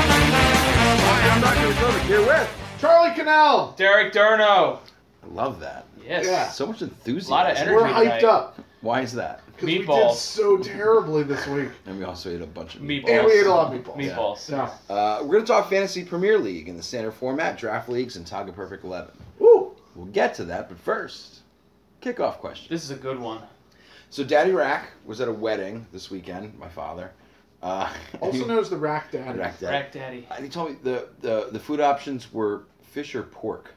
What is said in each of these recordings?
Hi, I'm Dr. McCormick here with Charlie Canal. Derek Durno. I love that. Yes. Yeah. So much enthusiasm. A lot of We're energy. hyped tonight. up Why is that? because we did Meatballs. so terribly this week. And we also ate a bunch of Meatballs. And we ate a lot of meatballs. Meatballs. Yeah. Uh, we're going to talk Fantasy Premier League in the standard format, draft leagues, and Taga Perfect 11. Ooh. We'll get to that, but first, kickoff question. This is a good one. So, Daddy Rack was at a wedding this weekend, my father. Uh, Also known as the Rack Daddy. Rack Daddy. Rack Daddy. And he told me the, the, the food options were fish or pork,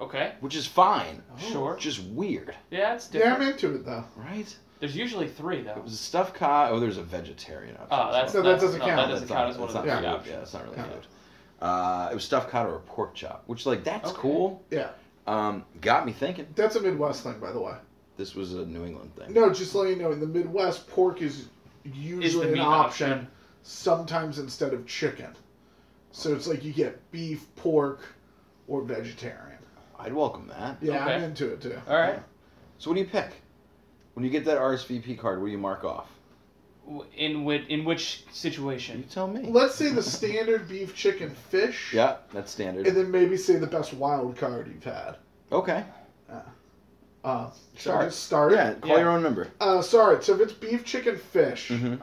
Okay. which is fine. Sure. Just weird, Oh. Yeah, it's Yeah, I'm different. into it though. right? There's usually three It though. was a stuffed cod. Oh, there's a vegetarian option. Oh, as that's So that that's- doesn't no, count. That doesn't That's count not- as one of that's the not three food, options. Yeah, it's not really Yeah. food. Uh, it was stuffed cod or a pork chop, which like that's Okay. cool. Yeah. Um, got me thinking. That's a Midwest thing, by the way. This was a New England thing. No, just letting you know, in the Midwest, pork is usually an meat option, option. sometimes instead of chicken. So it's like you get beef, pork, or vegetarian. I'd welcome that. Yeah, I'm Okay. into it too. All right. So what do you pick? When you get that RSVP card, what do you mark off? W- In which in which You situation? tell me. Let's say the standard beef, chicken, fish. yeah, that's standard. And then maybe say the best wild card you've had. okay. Uh, should I Start. just start? Yeah, call Yeah. your own number. Uh, sorry. So if it's beef, chicken, fish, Mhm.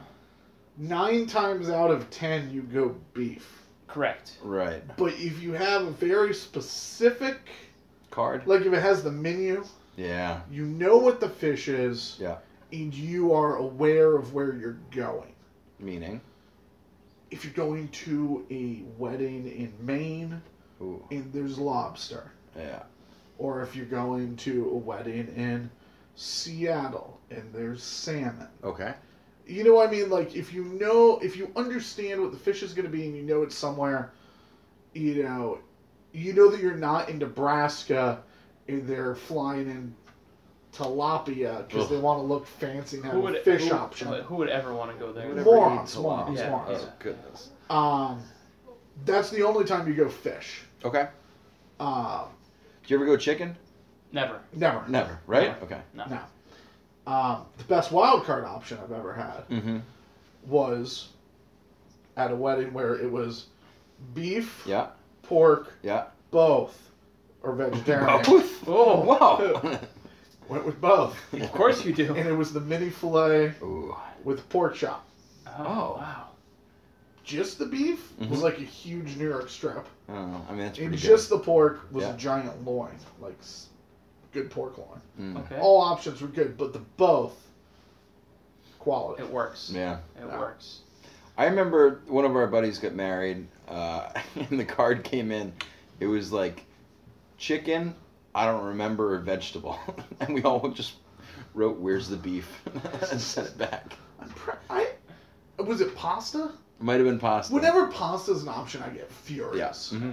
nine times out of ten you go beef. Correct. Right. But if you have a very specific, Card. like if it has the menu, Yeah. you know what the fish is, Yeah. and you are aware of where you're going. Meaning. If you're going to a wedding in Maine Ooh. and there's lobster, Yeah. or if you're going to a wedding in Seattle and there's salmon. Okay. You know what I mean? Like if you know, if you understand what the fish is going to be, and you know it's somewhere, you know, you know that you're not in Nebraska, and they're flying in tilapia because Ugh. they want to look fancy and Who have a would fish who, option. Who would ever want to go there? Whatever. Morons, Whatever you eat, morons, salami. morons. Oh goodness. Um, that's the only time you go fish. Okay. Um, Do you ever go chicken? Never. never. Never. Right. Okay. No. No. Um, the best wild card option I've ever had Mm-hmm. was at a wedding where it was beef, Yeah. pork, Yeah. both or vegetarian. Both. Oh. wow. Went with both. Of course you do. And it was the mini filet Ooh. with pork chop. Oh. Wow. Just the beef was Mhm. like a huge New York strip. I don't know. Oh, I mean, that's pretty And good. just the pork was Yeah. a giant loin, like s- good pork loin. Mm. Okay. All options were good, but the both quality. It works. Yeah. It No. works. I remember one of our buddies got married, uh, and the card came in. It was like chicken, I don't remember, a vegetable. and we all just wrote, Where's the beef? and sent it back. I'm pre- I, was it pasta? It might have been pasta. Whenever pasta is an option, I get Yes. furious. Yeah. hmm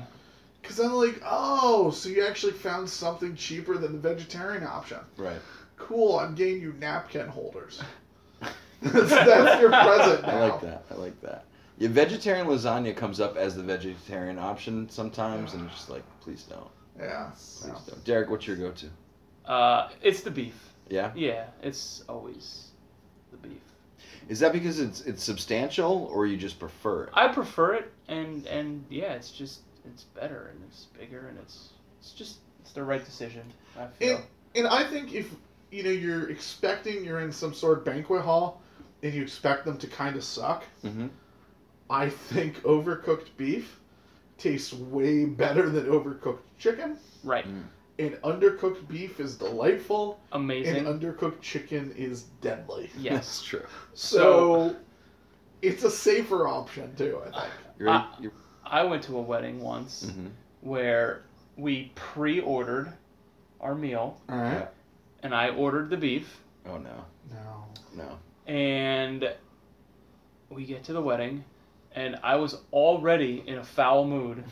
Because I'm like, oh, so you actually found something cheaper than the vegetarian option. Right. Cool, I'm getting you napkin holders. that's, that's your present I now. like that. I like that. Your vegetarian lasagna comes up as the vegetarian option sometimes, and it's just like, please don't. Yeah. Please don't. Derek, what's your go to? Uh, it's the beef. Yeah? Yeah, it's always the beef. Is that because it's it's substantial, or you just prefer it? I prefer it, and and yeah, it's just it's better and it's bigger and it's it's just it's the right decision. I feel. And, and I think if you know you're expecting you're in some sort of banquet hall and you expect them to kind of suck, Mm-hmm. I think overcooked beef tastes way better than overcooked chicken. right, And undercooked beef is delightful, amazing. and undercooked chicken is deadly. That's yes, true. So, it's a safer option too. I think. You ready? Ah. I went to a wedding once Mhm. where we pre-ordered our meal, All right. and I ordered the beef, Oh no, No. no. and we get to the wedding, and I was already in a foul mood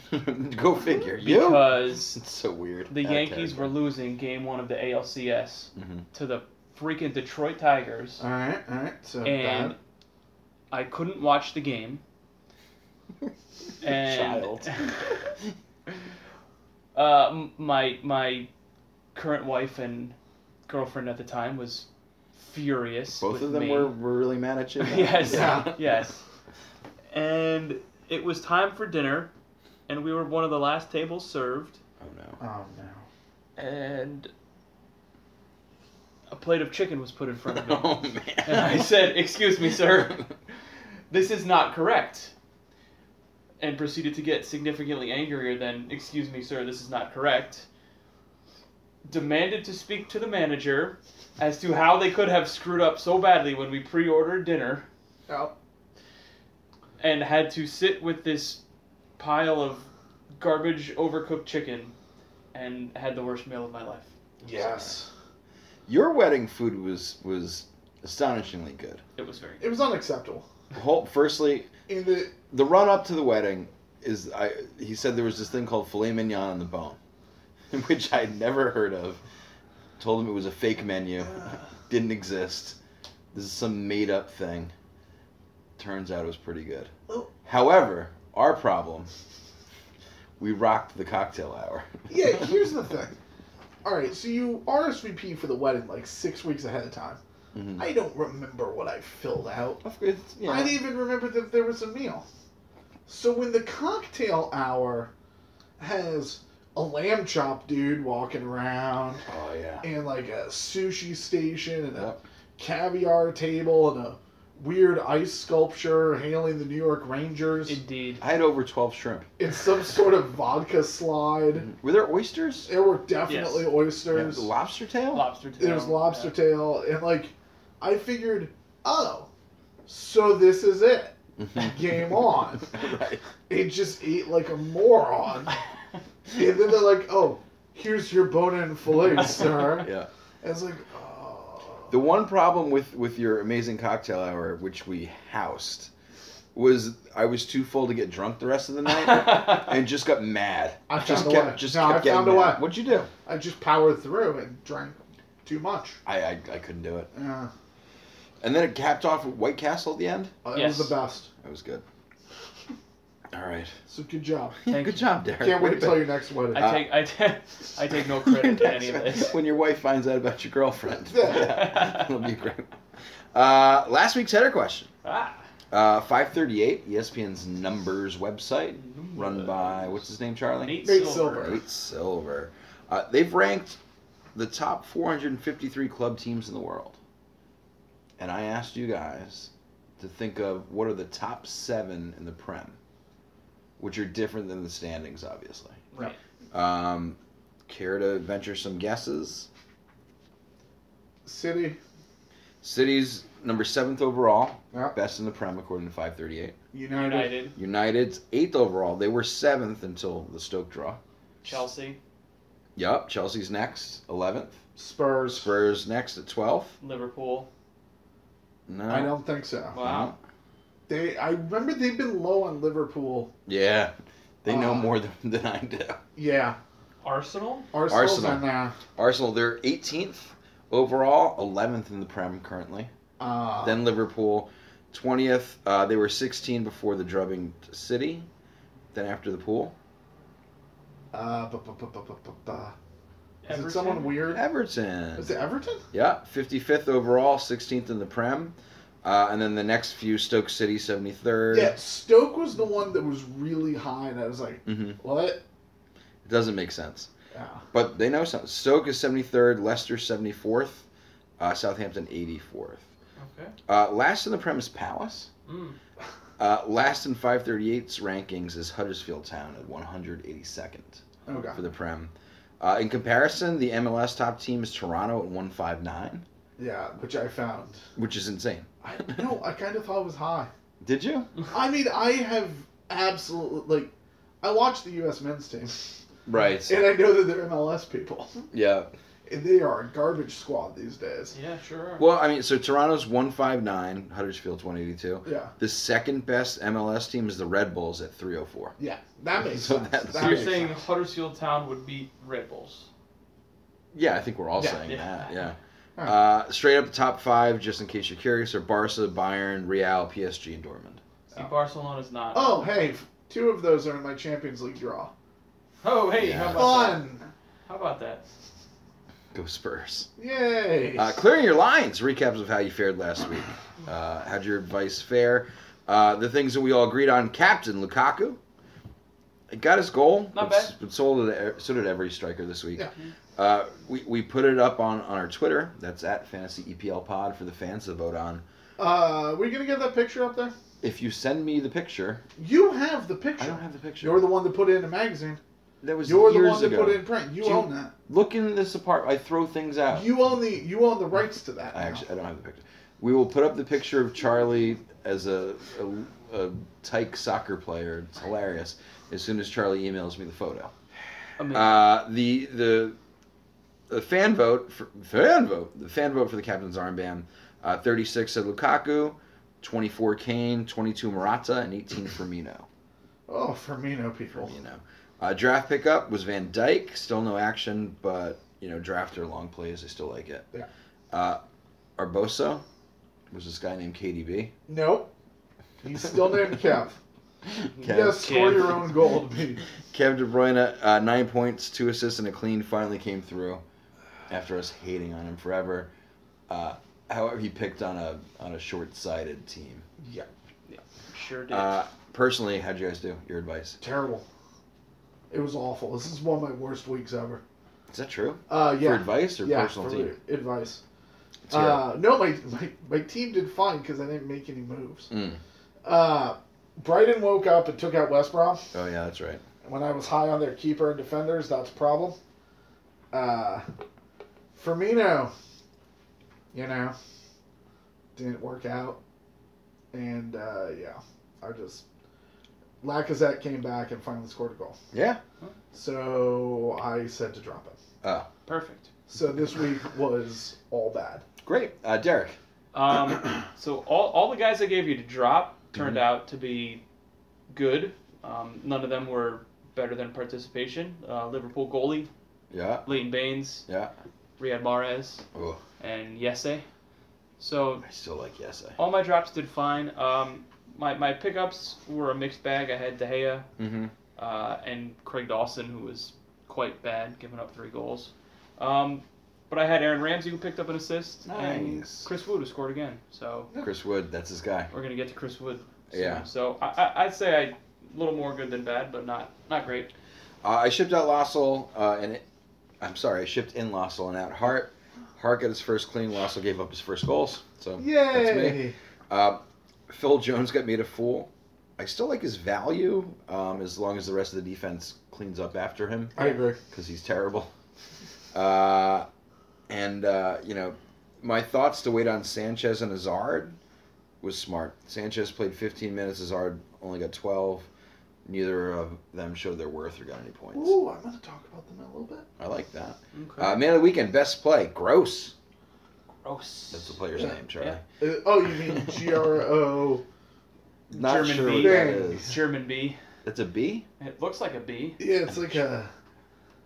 Go figure. You? because It's so weird. the Yankees were losing Game One of the ALCS hmm to the freaking Detroit Tigers, All right, all right. So and that- I couldn't watch the game. And Child. uh, m- my my current wife and girlfriend at the time was furious. Both with of them me. were, were really mad at you. yes, Yeah. yes. And it was time for dinner, and we were one of the last tables served, Oh no. oh no. and a plate of chicken was put in front of me. Oh man. and I said, "Excuse me, sir, this is not correct." And proceeded to get significantly angrier than, "Excuse me, sir, this is not correct." Demanded to speak to the manager as to how they could have screwed up so badly when we pre-ordered dinner. Oh. and had to sit with this pile of garbage overcooked chicken and had the worst meal of my life. Yes. Your wedding food was was astonishingly good. It was very It was unacceptable. Whole, firstly, In the the run up to the wedding is I he said there was this thing called filet mignon on the bone, which I had never heard of. Told him it was a fake menu, uh, didn't exist. This is some made up thing. Turns out it was pretty good. Oh. However, our problem, we rocked the cocktail hour. yeah, here's the thing. All right, so you RSVP for the wedding like six weeks ahead of time. Mhm. I don't remember what I filled out. Of course, it's, you I know, didn't even remember that there was a meal. So when the cocktail hour has a lamb chop dude walking around Oh yeah. and like a sushi station and a Yep. caviar table and a weird ice sculpture hailing the New York Rangers indeed. I had over twelve shrimp. and some sort of vodka slide. Were there oysters? There were definitely Mm-hmm. oysters. lobster tail. Lobster tail. There was lobster tail and like I figured, oh, so this is it. Mhm. Game on. right. It just ate like a moron. yeah. And then they're like, oh, here's your bone and filet, sir. Yeah. And it's like, oh. The one problem with with your amazing cocktail hour, which we housed, was I was too full to get drunk the rest of the night, and just got mad. I just found a kept way. just No, kept I getting found a mad. way. What'd you do? I just powered through and drank too much. I, I I couldn't do it. Yeah. And then it capped off with White Castle at the end. Oh, It Yes. was the best. That was good. All right. So good job. Thank good you. job, Derek. Can't wait Way to- until your next wedding. I take I ta- I take no credit to any of this. When your wife finds out about your girlfriend, Yeah. it'll be great. Uh, last week's header question. Ah. Uh, 538, ESPN's numbers website, run by, what's his name, Charlie? Uh, Nate, Nate Silver. Silver. Nate Silver. Uh, they've ranked the top 453 club teams in the world. And I asked you guys to think of what are the top seven in the Prem, which are different than the standings, obviously. Right. Um, care to venture some guesses? City. City's number seventh overall, Yeah. best in the Prem according to 538. United. United, United's eighth overall. They were seventh until the Stoke draw. Chelsea, Yup. Chelsea's next, eleventh. Spurs. Spurs next at twelfth. Liverpool. No. I don't think so. Uh-huh. Wow. They. I remember they've been low on Liverpool. Yeah, they know Uh, more than, than I do. Yeah. Arsenal? Arsenal's Arsenal. in there. Arsenal, they're eighteenth overall, eleventh in the Prem currently. Uh, Then Liverpool, twentieth. Uh, they were sixteen before the drubbing to City. Then after the pool, uh, bu- bu- bu- bu- bu- bu- bu- Is Everton? it someone weird? Everton. Is it Everton? Yeah, 55th overall, 16th in the Prem. Uh, and then the next few, Stoke City, 73rd. Yeah, Stoke was the one that was really high, and I was like, hmm what? It doesn't make sense. Yeah. But they know something. Stoke is 73rd, Leicester 74th, uh, Southampton 84th. Okay. Uh, last in the Prem is Palace. Mm. Uh, last in 538's rankings is Huddersfield Town at 182nd Oh, God. for the Prem. Uh, in comparison, the MLS top team is Toronto at 159, Yeah, which I found. which is insane. I No, I kind of thought it was high. Did you? I mean, I have absolutely, like, I watch the U.S. men's team, Right. and I know that they're MLS people. Yeah. They are a garbage squad these days. Yeah, sure. are. Well, I mean, so Toronto's 159, Huddersfield's 182. Yeah. The second best MLS team is the Red Bulls at 304. Yeah, that makes So sense. that's- That so you're makes saying sense. Huddersfield Town would beat Red Bulls? Yeah, I think we're all Yeah. saying Yeah. that. Yeah. Alright. Uh, straight up the top five, just in case you're curious, are Barca, Bayern, Real, PSG, and Dortmund. See, Oh. Barcelona's not. Oh, hey, f- two of those are in my Champions League draw. Oh, hey, Yeah. how about that? Fun! How about that? Go Spurs. Yay! Uh, clearing your lines. Recaps of how you fared last week. Uh, how'd your advice fare? Uh, the things that we all agreed on. Captain Lukaku. It got his goal. Not but s- But so did, so did e, every striker this week. Yeah. Uh, we, we put it up on, on our Twitter. That's at Fantasy EPL Pod for the fans to vote on. Uh, we gonna get that picture up there? If you send me the picture, You have the I picture. don't have the picture. You're the one that put it in a magazine. that was You're the years one that ago. put it in print. You Do you- own that. Look into this apart. I throw things out. You own the you own the rights to that. I now. actually I don't have the picture. We will put up the picture of Charlie as a, a, a tyke soccer player. It's hilarious. As soon as Charlie emails me the photo, I mean, uh, the the the fan vote for, fan vote the fan vote for the captain's armband. Uh, Thirty six said Lukaku, twenty four Kane, twenty two Morata, and eighteen Firmino. Oh, Firmino people. Firmino. Uh, draft pickup was Van Dyke. Still no action, but you know draft or long plays, I still like it. Yeah. Uh, Arboso was this guy named KDB. Nope. He's still named Kev. Kev, You gotta score Kev. your own goal to be. Kev De Bruyne, uh, nine points, two assists, and a clean. Finally came through after us hating on him forever. Uh, however, he picked on a on a short sighted team. Yeah. sure did. Uh, personally, how'd you guys do? Your advice? Terrible. It was awful. This is one of my worst weeks ever. Is that true? Uh, yeah. For advice or yeah, personal for team? advice. Let's hear it. Uh, no, my, my my team did fine because I didn't make any moves. Mm. Uh, Brighton woke up and took out West Brom. Oh yeah, that's right. When I was high on their keeper and defenders, that's a problem. Uh, Firmino, you know, didn't work out. And, uh, yeah, I just. Lacazette came back and finally scored a goal. Yeah. So I said to drop him. Perfect. So this week was all bad. Great. Uh, Derek. Um, so all, all the guys I gave you to drop turned Mm-hmm. out to be good. Um, none of them were better than participation. Uh, Liverpool goalie Yeah. Leighton Baines, Yeah. Riyad Mahrez, Oh, and Yese. So I still like yes. I. all my drops did fine. Um, my my pickups were a mixed bag. I had De Gea Mm-hmm. uh, and Craig Dawson, who was quite bad, giving up three goals. Um, but I had Aaron Ramsey, who picked up an assist, and Nice. Chris Wood, who scored again. So Chris Wood, that's his guy. We're gonna get to Chris Wood. soon. Yeah. So I, I I'd say I a little more good than bad, but not not great. Uh, I shipped out Lossell, uh, and it, I'm sorry, I shipped in Lossell and out Hart. Hart got his first clean. Lossell gave up his first goals. So that's me. Yay! Uh, Phil Jones got made a fool. I still like his value um, as long as the rest of the defense cleans up after him I agree. because he's terrible. Uh, and uh, you know, my thoughts to wait on Sanchez and Hazard was smart. Sanchez played 15 minutes. Hazard only got 12. Neither of them showed their worth or got any points. Ooh, I'm gonna talk about them in a little bit. I like that. Okay. Uh, man of the weekend, best play, Gross. Gross. That's the player's Yeah. name, Charlie. Yeah. Uh, oh, you mean G R O? Not German sure what B. that is. German B. That's a B. It looks like a B. Yeah, it's like a.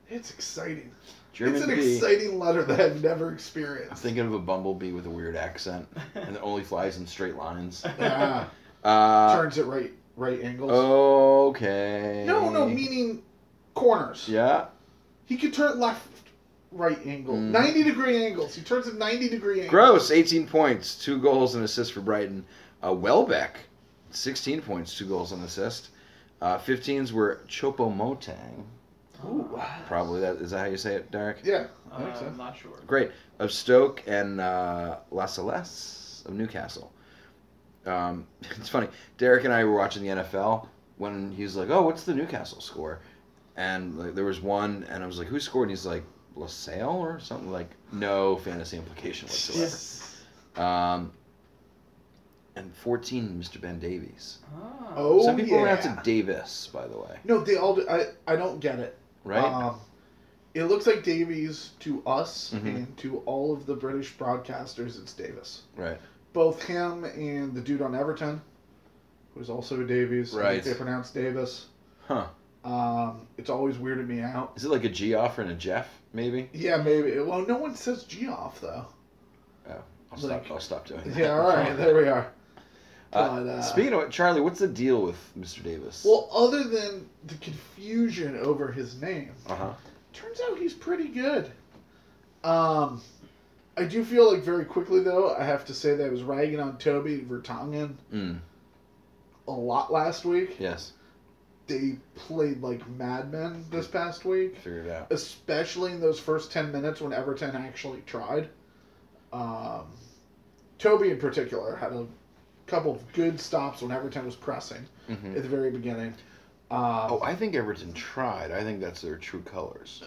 It's exciting. German it's an B. exciting letter that I've never I'm experienced. thinking of a bumblebee with a weird accent, and it only flies in straight lines. Ah, Uh, turns at right right angles. Oh, okay. no, no, meaning corners. Yeah. He could turn left, right angle, Mhm. ninety degree angles. He turns at ninety degree angles. Gross, 18 points, two goals and assist for Brighton. Uh, Welbeck, 16 points, two goals and assist. Uh, 15s were Chopo Motang. Ooh. Probably that is that how you say it, Derek? Yeah. Uh, I think so. I'm not sure. Great. Of Stoke and uh, La Celeste of Newcastle. Um, it's funny. Derek and I were watching the NFL when he was like, "Oh, what's the Newcastle score?" And like, there was one, and I was like, "Who scored?" And he's like, "LaSalle or something." Like, no fantasy implication whatsoever. Um, and fourteen, Mr. Ben Davies. Ah. Oh Some people yeah. pronounce it Davis, by the way. no, they all. Do, I I don't get it. Right? Um, It looks like Davies to us Mhm. and to all of the British broadcasters. It's Davis. Right. Both him and the dude on Everton, who's also Davies. I think Right. They pronounce Davis. Huh. Um, it's always weirded me out. Is it like a Geoff and a Jeff, maybe? Yeah, maybe. Well, no one says Geoff though. I'll, Like- stop, I'll stop doing that. Yeah. All right. There we are. Uh, But, uh, Speaking of what, Charlie, what's the deal with Mr. Davis? Well, other than the confusion over his name, uh huh. turns out he's pretty good. Um, I do feel like very quickly though, I have to say that I was ragging on Toby Vertonghen Mm, a lot last week. yes. They played like madmen this past week, Figured it out. especially in those first ten minutes when Everton actually tried. Um, Toby in particular had a couple of good stops when Everton was pressing Mhm. at the very beginning. Um, Oh, I think Everton tried. I think that's their true colors.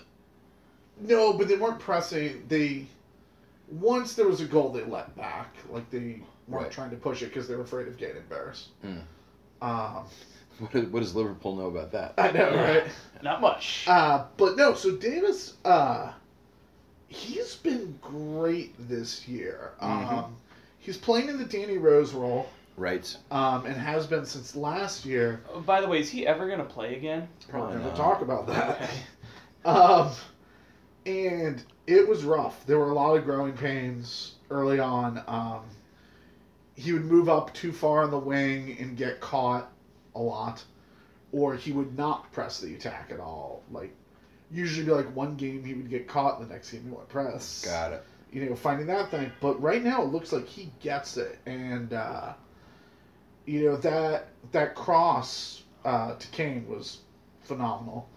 No, but they weren't pressing. They once there was a goal, they let back. Like they weren't Right. trying to push it because they were afraid of getting embarrassed. Mm. Um, What, does- what does Liverpool know about that? I know, Yeah. right? Not much. Uh, but no. So Davis, uh, he's been great this year. Mhm. Um, he's playing in the Danny Rose role, Right. um, and has been since last year. Oh, By the way, is he ever gonna play again? Probably Probably never not. talk about that. um, and it was rough. There were a lot of growing pains early on. Um, he would move up too far on the wing and get caught a lot, or he would not press the attack at all. Like usually, like one game he would get caught, the next game he wouldn't press Got it. you know, finding that thing. But right now, it looks like he gets it, and uh, you know that that cross uh, to Kane was phenomenal.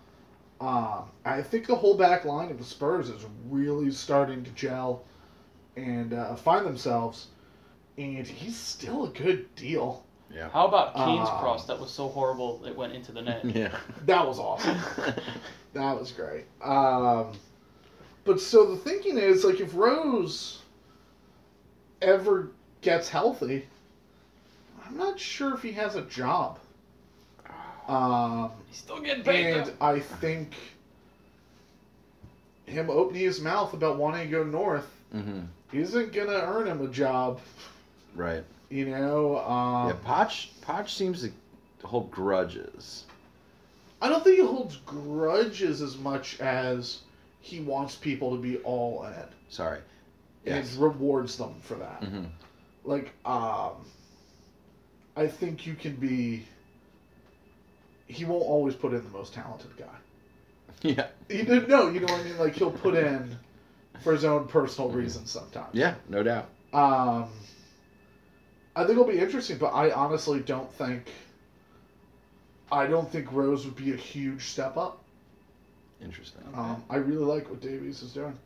Um, I think the whole back line of the Spurs is really starting to gel and uh, find themselves, and he's still a good deal. Yeah. How about Kane's Uh, cross that was so horrible it went into the net? Yeah. Mm-hmm, That was awesome. That was great. Um, but so the thinking is like if Rose ever gets healthy, I'm not sure if he has a job. Um, He's still getting paid. and though. I think him opening his mouth about wanting to go north hmm isn't gonna earn him a job. Right. You know, um, yeah. Potch. Potch seems to hold grudges. I don't think he holds grudges as much as he wants people to be all in. Sorry. and rewards them for that. Mm. hmm Like, um, I think you can be. He won't always put in the most talented guy. Yeah. You know, no, you know what I mean. Like he'll put in for his own personal Mm-hmm. reasons sometimes. Yeah. No doubt. Um, I think it'll be interesting, but I honestly don't think. I don't think Rose would be a huge step up. Interesting. Um, I really like what Davies is doing.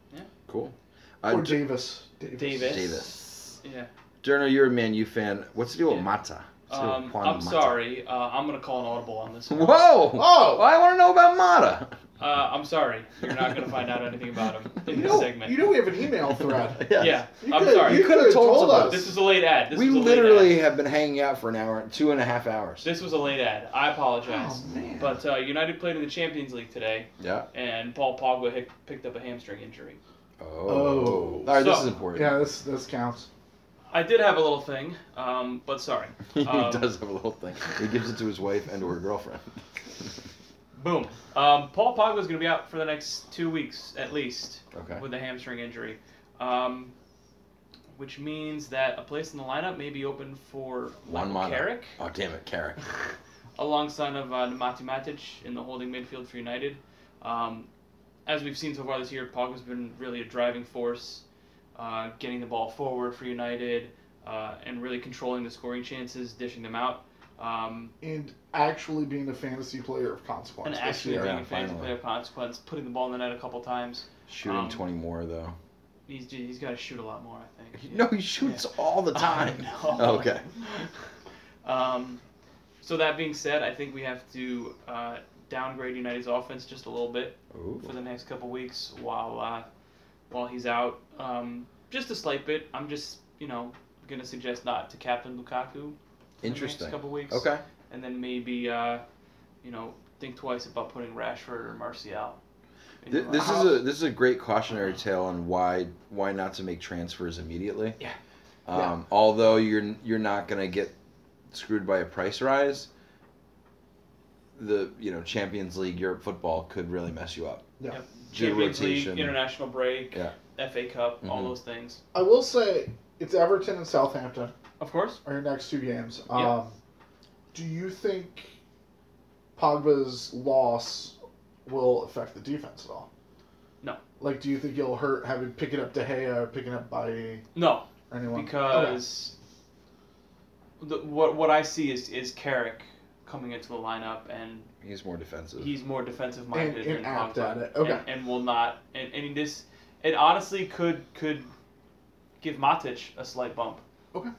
Cool. Uh, Or D- Davis. Davis. Davis. Davis. Yeah. Derno, you're a Man U fan. What's the deal with Yeah. Mata? What's the deal with Um, Juan I'm Mata? sorry. Uh, I'm gonna call an audible on this. one. Whoa! Oh! I want to know about Mata. Uh, I'm sorry. You're not gonna find out anything about him in You this know, segment. you know we have an email thread. Yes. yeah. You I'm could've- sorry. You could have told, us. This is a late ad. This we was a late literally ad. have been hanging out for an hour, two and a half hours. This was a late ad. I apologize. Oh, man. But uh, United played in the Champions League today, Yeah. and Paul Pogba hic- picked up a hamstring injury. Oh. Oh. All right, this So- is important. Yeah, this this counts. I did have a little thing, um, but sorry. he Um, does have a little thing. He gives it to his wife and to her girlfriend. Boom. Um, Paul Pogba is going to be out for the next two weeks at least Okay. with a hamstring injury, um, which means that a place in the lineup may be open for One Michael mile. Carrick Oh damn it, Carrick. alongside of uh, Nemati Matic in the holding midfield for United. Um, as we've seen so far this year, Pogba's been really a driving force, uh, getting the ball forward for United uh, and really controlling the scoring chances, dishing them out. Um, And actually being a fantasy player of and consequence. this actually year. being Yeah, a fantasy finally. player of consequence, putting the ball in the net a couple times. Shooting Um, twenty more though. He's he's got to shoot a lot more, I think. No, he shoots all the time. I know. Okay. Um, so that being said, I think we have to uh, downgrade United's offense just a little bit Ooh. for the next couple weeks while uh, while he's out. Um, just a slight bit. I'm just you know gonna suggest not to captain Lukaku. For The Interesting. next couple weeks. Okay. And then maybe uh, you know think twice about putting Rashford or Martial. in Th- your This life. is a this is a great cautionary tale on why why not to make transfers immediately. Yeah. Um, Yeah. Although you're you're not gonna get screwed by a price rise, the you know Champions League Europe football could really mess you up. Yeah. Yep. Due to Champions rotation. League, international break, Yeah. FA Cup, all Mhm. those things. I will say it's Everton and Southampton Of course. are your next two games. Um, Yeah. Do you think Pogba's loss will affect the defense at all? No. Like, do you think he'll hurt having picking up De Gea or picking up Bailly No, or anyone? because the, what what I see is is Carrick coming into the lineup and He's more defensive. he's more defensive Okay. and, minded and apt Pogba. at it. Okay. and, and will not and, and this it honestly could could give Matic a slight bump. Okay.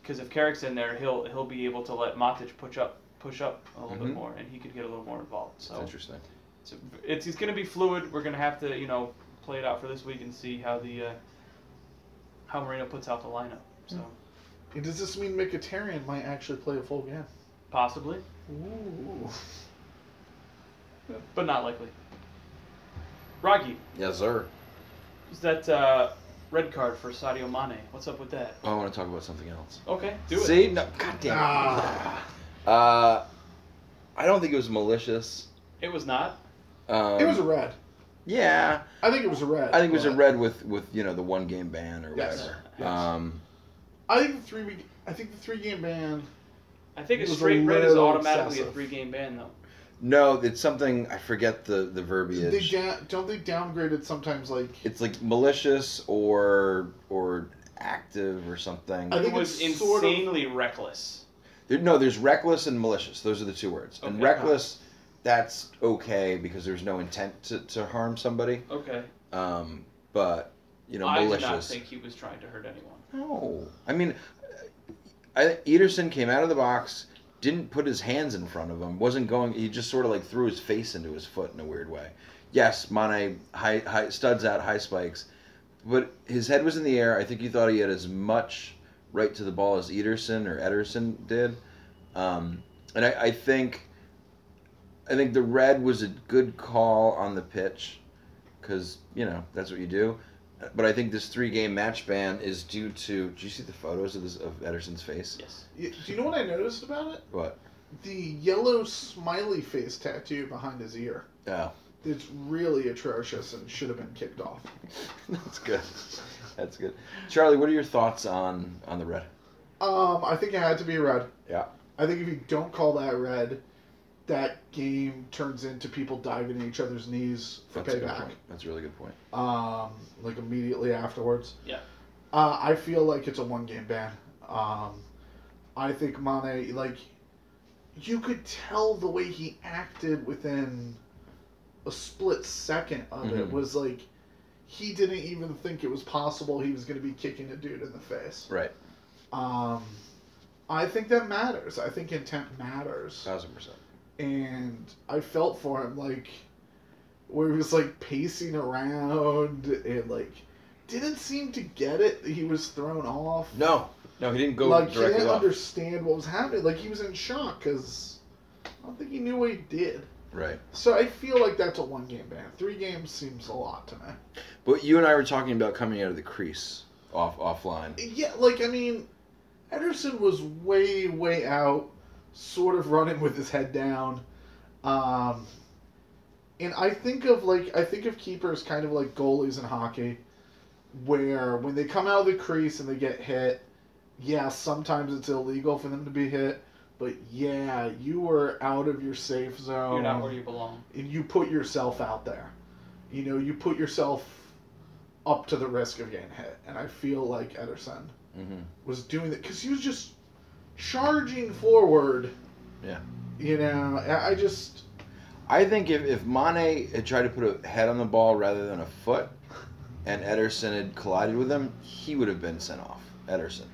Because if Carrick's in there, he'll he'll be able to let Matic push up push up a little Mhm. bit more, and he could get a little more involved. That's So interesting. it's it's, it's going to be fluid. We're going to have to you know play it out for this week and see how the uh, how Moreno puts out the lineup. So And does this mean Mkhitaryan might actually play a full game? possibly, Ooh. but not likely. Rocky, Yes, sir. is that uh, red card for Sadio Mane? What's up with that? Oh, I want to talk about something else. Okay, do it. See, no, God damn it. Ah. Uh, I don't think it was malicious. It was not. Um, it was a red. yeah. I think it was a red. I think it was a but- red with with you know the one game ban or Yes. whatever. Yes. Um, I think the three week. I think the three game ban. I think a It was a straight red is little automatically a excessive. three game ban, though. no, it's something I forget the the They verbiage. da- don't they downgraded sometimes like It's like malicious or or active or something. I It think was it's sort of- insanely reckless. There, no, there's reckless and malicious. Those are the two words. And Okay. reckless, that's okay because there's no intent to, to harm somebody. Okay. Um, but you know, I did malicious. not think he was trying to hurt anyone. No, I mean, I, Ederson came out of the box, didn't put his hands in front of him, wasn't going. He just sort of like threw his face into his foot in a weird way. Yes, Mane high, high studs out high spikes, but his head was in the air. I think he thought he had as much right to the ball as Ederson or Ederson did, um, and I, I think. I think the red was a good call on the pitch, because you know that's what you do. But I think this three-game match ban is due to. Do you see the photos of this of Ederson's face? Yes. Y- Do you know what I noticed about it? What? The yellow smiley face tattoo behind his ear. Oh, It's really atrocious and should have been kicked off. that's good. That's good. Charlie, what are your thoughts on on the red? Um, I think it had to be red. Yeah. I think if you don't call that red, that game turns into people diving at each other's knees for That's a good payback. point. That's a really good point. Um, like immediately afterwards. Yeah. Uh, I feel like it's a one game ban. Um, I think Mane, like, you could tell the way he acted within a split second of it Mhm. was like he didn't even think it was possible he was going to be kicking a dude in the face. Right, Um, I think that matters. I think intent matters thousand percent. and I felt for him like where he was like pacing around and like didn't seem to get it. that He was thrown off. No, no, he didn't go like he directly didn't off. understand what was happening. Like he was in shock because I don't think he knew what he did. Right, So I feel like that's a one game ban. Three games seems a lot to me. but you and I were talking about coming out of the crease off offline. Yeah, like I mean, Ederson was way way out, sort of running with his head down. Um, and I think of like I think of keepers kind of like goalies in hockey, where when they come out of the crease and they get hit, yeah, sometimes it's illegal for them to be hit, but yeah, you were out of your safe zone, You're not where you belong. and you put yourself out there. You know, you put yourself up to the risk of getting hit, and I feel like Ederson hmm was doing that because he was just charging forward. Yeah. You know, I I just I think if, if Mane had tried to put a head on the ball rather than a foot, and Ederson had collided with him, he would have been sent off. Ederson.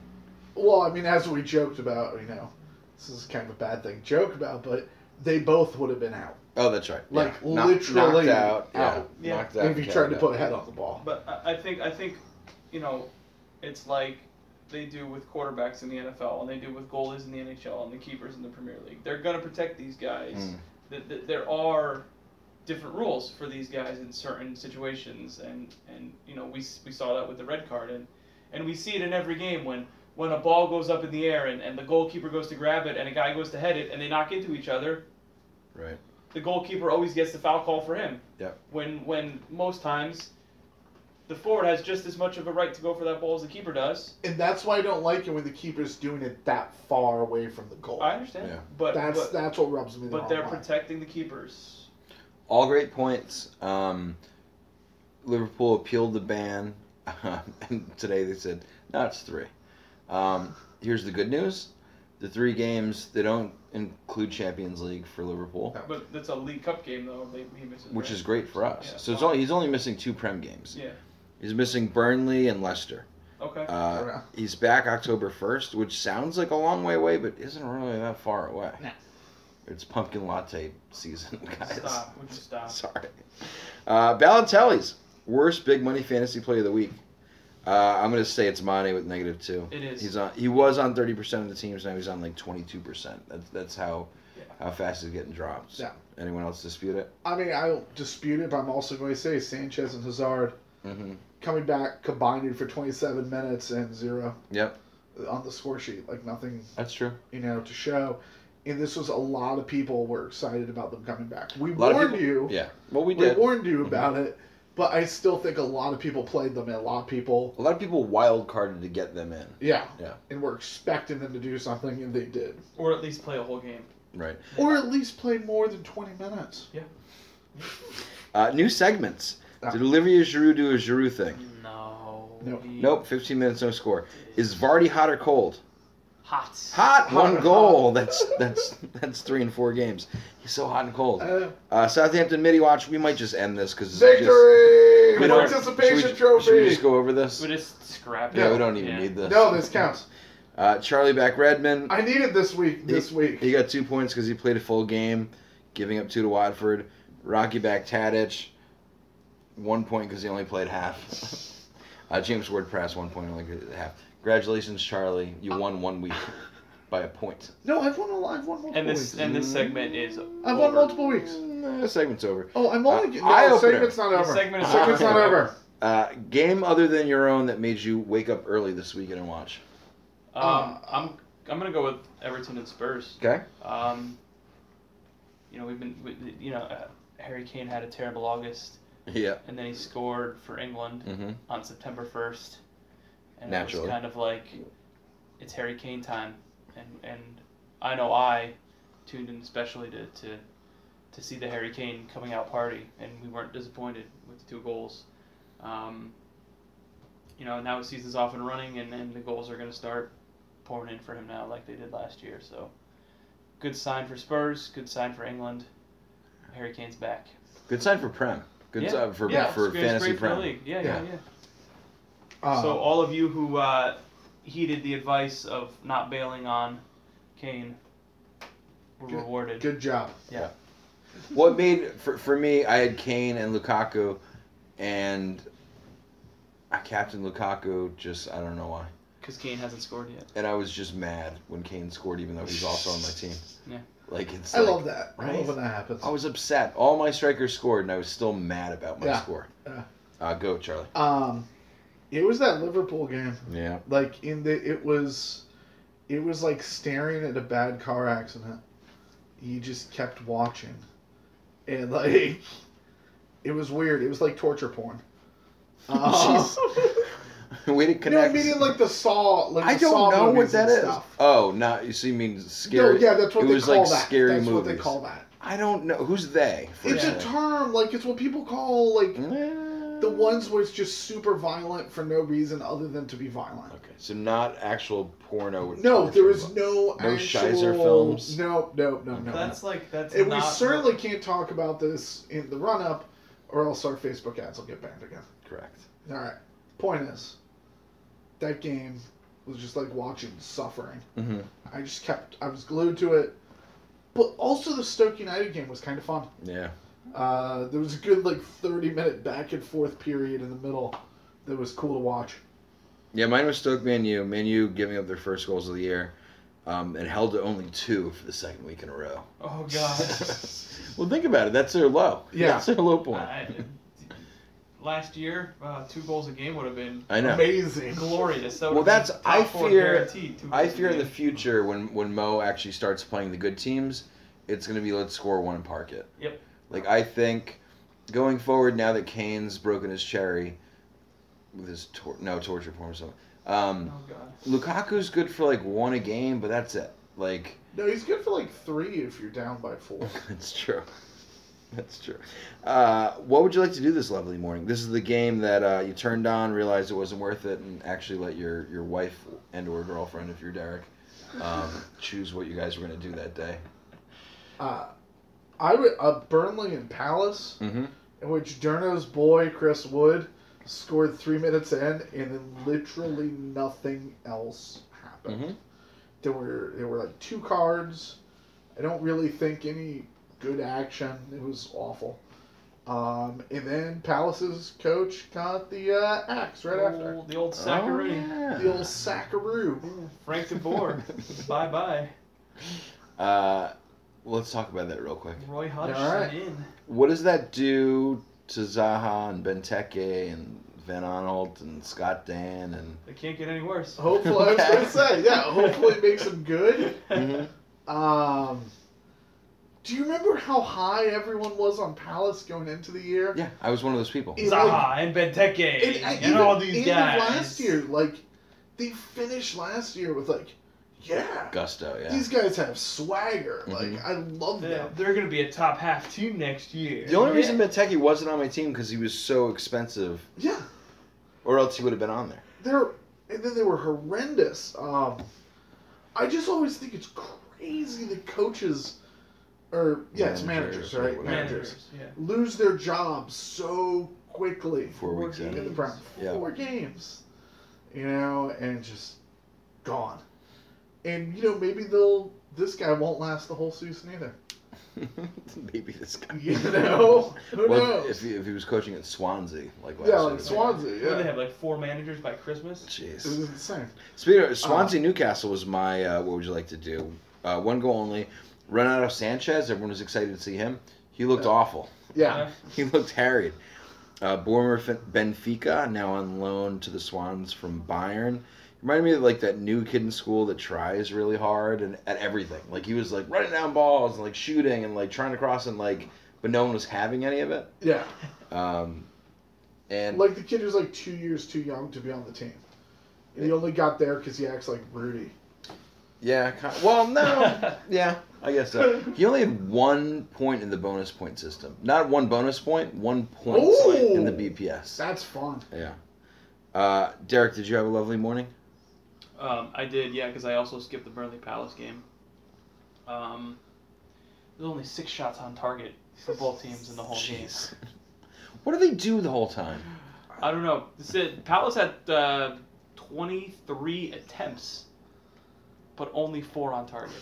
well, I mean, as we joked about, you know, this is kind of a bad thing to joke about, but they both would have been out. Oh, that's right. Like, Yeah. Knock- literally knocked out. out. Yeah, Yeah. knocked out. if you and tried to carried put out. a head on the ball. But I- I think I think, you know, it's like they do with quarterbacks in the NFL and they do with goalies in the Hmm. NHL and the keepers in the Premier League. They're gonna protect these guys. Mm. That that there are different rules for these guys in certain situations, and and you know we s- we saw that with the red card, and and we see it in every game when when a ball goes up in the air and, and the goalkeeper goes to grab it and a guy goes to head it and they knock into each other, Right. the goalkeeper always gets the foul call for him. Yep. When when most times, the forward has just as much of a right to go for that ball as the keeper does. And that's why I don't like it when the keeper's doing it that far away from the goal. I understand, Yeah. but that's but, that's what rubs me the but wrong they're way. protecting the keepers. All great points. Um, Liverpool appealed the ban, and today they said, no, it's three. Um, here's the good news the three games, they don't include Champions League for Liverpool, But that's a League Cup game though. They, he misses, which right? is great for us. Yeah, so it's fine. only, he's only missing two Prem games. yeah. He's missing Burnley and Leicester. Okay. Uh, Yeah. He's back October 1st, which sounds like a long way away, but isn't really that far away. No. It's pumpkin latte season, guys. Stop. Would you stop? Sorry. Uh, Balotelli's worst big money fantasy play of the week. Uh, I'm gonna say it's Mane with negative two. It is. He's on. He was on 30 percent of the teams. Now he's on like 22 percent. That's that's how Yeah. how fast he's getting dropped. Yeah. Anyone else dispute it? I mean, I don't dispute it, but I'm also going to say Sanchez and Hazard Mm-hmm. coming back combined for 27 minutes and zero Yep, on the score sheet, like nothing that's true. you know to show. And this was a lot of people were excited about them coming back. We A lot of warned people- you. Yeah. Well, we we did. Mm-hmm. warned you about it, but I still think a lot of people played them, and a lot of people, A lot of people wild carded to get them in. yeah, Yeah. and were expecting them to do something, and they did, Or at least play a whole game. Right. or at least play more than twenty minutes. Uh, new segments. Ah. Did Olivier Giroud do a Giroud thing? No. Nope. he Nope. 15 minutes, no score. Is Vardy hot or cold? Hot. Hot, one Hot. goal. That's that's that's three in four games. He's so hot and cold. Uh, Uh, Southampton midi watch. We might just end this because victory, we don't- participation Should we trophy. just go over this? We just scrap it. Yeah, we don't even Yeah. need this. No, this counts. Uh, Charlie back Redmond. I need it this week. This week. He got two points because he played a full game, giving up two to Watford. Rocky back Tadic, one point because he only played half. uh, James Ward Press, one point, only good at half. Congratulations, Charlie. You won one week by a point. No, I've won. A, I've won multiple And this weeks. and this segment is. I've won over. multiple weeks. Mm, uh, segment's over. Oh, I'm Uh, only. no, eye-opener. segment's not The over. segment is segment's over. not over. Uh, game other than your own that made you wake up early this weekend and watch. Um, I'm I'm gonna go with Everton and Spurs. Okay. Um, you know we've been we, you know uh, Harry Kane had a terrible August, Yeah. and then he scored for England Mm-hmm. on September 1st, and it Naturally. was kind of like it's Harry Kane time, and and I know I tuned in especially to to, to see the Harry Kane coming out party, and we weren't disappointed with the two goals. Um, you know now the season's off and running, and, and the goals are going to start pouring in for him now like they did last year. So good sign for Spurs, good sign for England. Harry Kane's back. Good sign for Prem. Good Yeah. sign for yeah, for it's great- it's fantasy great for the Prem. league. Yeah, yeah, Yeah. yeah. Uh, Oh. So all of you who uh, heeded the advice of not bailing on Kane were Good- rewarded. good job. What made for, for me? I had Kane and Lukaku, and I captain Lukaku. Just I don't know why. Because Kane hasn't scored yet. And I was just mad when Kane scored, even though he's also on my team. Oh, Yeah. Like it's. I like, love that. I right? love when that happens. I was upset. All my strikers scored, and I was still mad about my Yeah. score. Yeah. Uh, go Charlie. Um, it was that Liverpool game. Yeah. Like in the, it was, it was like staring at a bad car accident. You just kept watching, and like, it was weird. It was like torture porn. Um, Way to you know, connect. meaning like the Saw. Like I the don't Saw know what movies that and is. Stuff. Oh, not you see, you mean No, scary. yeah, that's what it they was call like that. scary that's movies. what they call that. I don't know who's they. It's first a of all? term. Like it's what people call like the Mm. ones where it's just super violent for no reason other than to be violent. Okay, so not actual porno. with No, torture there was involved. no No actual... Scheisse films? No, no, no, no. That's like that's. and we not- certainly can't talk about this in the run-up, or else our Facebook ads will get banned again. Correct. All right. Point is, that game was just like watching suffering. Mm-hmm. I just kept, I was glued to it. But also the Stoke United game was kind of fun. Yeah. Uh, there was a good like 30 minute back and forth period in the middle that was cool to watch. Yeah, mine was Stoke Manu. Manu giving up their first goals of the year, um, and held to only two for the second week in a row. Oh god. well, think about it. That's their low. Yeah. That's their low point. I- last year, uh, two goals a game would have been I know. Amazing. glorious. That would Well, have been that's- top I four fear- guaranteed, two I goals a fear in the game. future when when Mo actually starts playing the good teams, it's going to be let's score one and park it. Yep. Like I think going forward now that Kane's broken his cherry with his tor- no torture form or something. Um, Oh god. Lukaku's good for like one a game, but that's it. Like No, he's good for like three if you're down by four. that's true. That's true. Uh, what would you like to do this lovely morning? This is the game that uh, you turned on, realized it wasn't worth it, and actually let your, your wife and or girlfriend, if you're Derek, um, choose what you guys were going to do that day. Uh, I would uh, Burnley and Palace, Mm-hmm. in which Durno's boy Chris Wood scored three minutes in, and then literally nothing else happened. Mhm. There were there were like two cards. I don't really think any good action. It was awful. Um, and then Palace's coach got the uh, axe right after. Old- The Oh, old Saccharine. The old sackaroo. Frank de Boer. bye bye. Uh, let's talk about that real quick. Roy Hodgson Alright. in. What does that do to Zaha and Benteke and Van Aanholt and Scott Dan and? It can't get any worse. Oh. Hopefully, I was going to say, yeah, hopefully it makes him good. Mhm. Mm-hmm. Um, do you remember how high everyone was on Palace going into the year? Yeah, I was one of those people. It- Zaha and Benteke And, and, and even, all these even guys. last year, like, they finished last year with, like, yeah, Gusto, yeah. these guys have swagger. Mhm. Like, I love They're, them. they're going to be a top half team next year. The only Yeah. reason Benteke wasn't on my team because he was so expensive, Yeah, or else he would have been on there. they're, and then they were horrendous. Um, I just always think it's crazy that coaches, or, yeah, it's Managers, managers, right? whatever. Managers. managers, yeah. lose their jobs so quickly Four weeks in in. the Prem. Yeah. Four games, you know, and just gone. And you know, maybe they'll. This guy won't last the whole season either. Maybe this guy. You know, who Well, if- knows? if he, if he was coaching at Swansea, like last yeah, year. like Swansea. What do they Yeah, have like four managers by Christmas? this Jeez. is insane. Speaking Uh-huh. of Swansea, Newcastle was my uh, what would you like to do? Uh, one goal only. Run out of Sanchez. Everyone was excited to see him. He looked Yeah. awful. Yeah, He looked harried. Uh, Bournemouth F- Benfica now on loan to the Swans from Bayern. Reminded me of like that new kid in school that tries really hard and at everything. Like he was like running down balls and like shooting and like trying to cross and like, but no one was having any of it. yeah. Um, and Like the kid who's like two years too young to be on the team. And he only got there because he acts like Rudy. yeah, kind well, Um, no, yeah, I guess so. He only had one point in the bonus point system. Not one bonus point, one point Ooh. in the BPS. That's fun. Yeah. Uh, Derek, did you have a lovely morning? Um, I did, yeah, because I also skipped the Burnley Palace game. Um, there's only six shots on target for both teams in the whole game. Jeez. What do they do the whole time? I don't know. This is- Palace had uh, 23 attempts, but only four on target.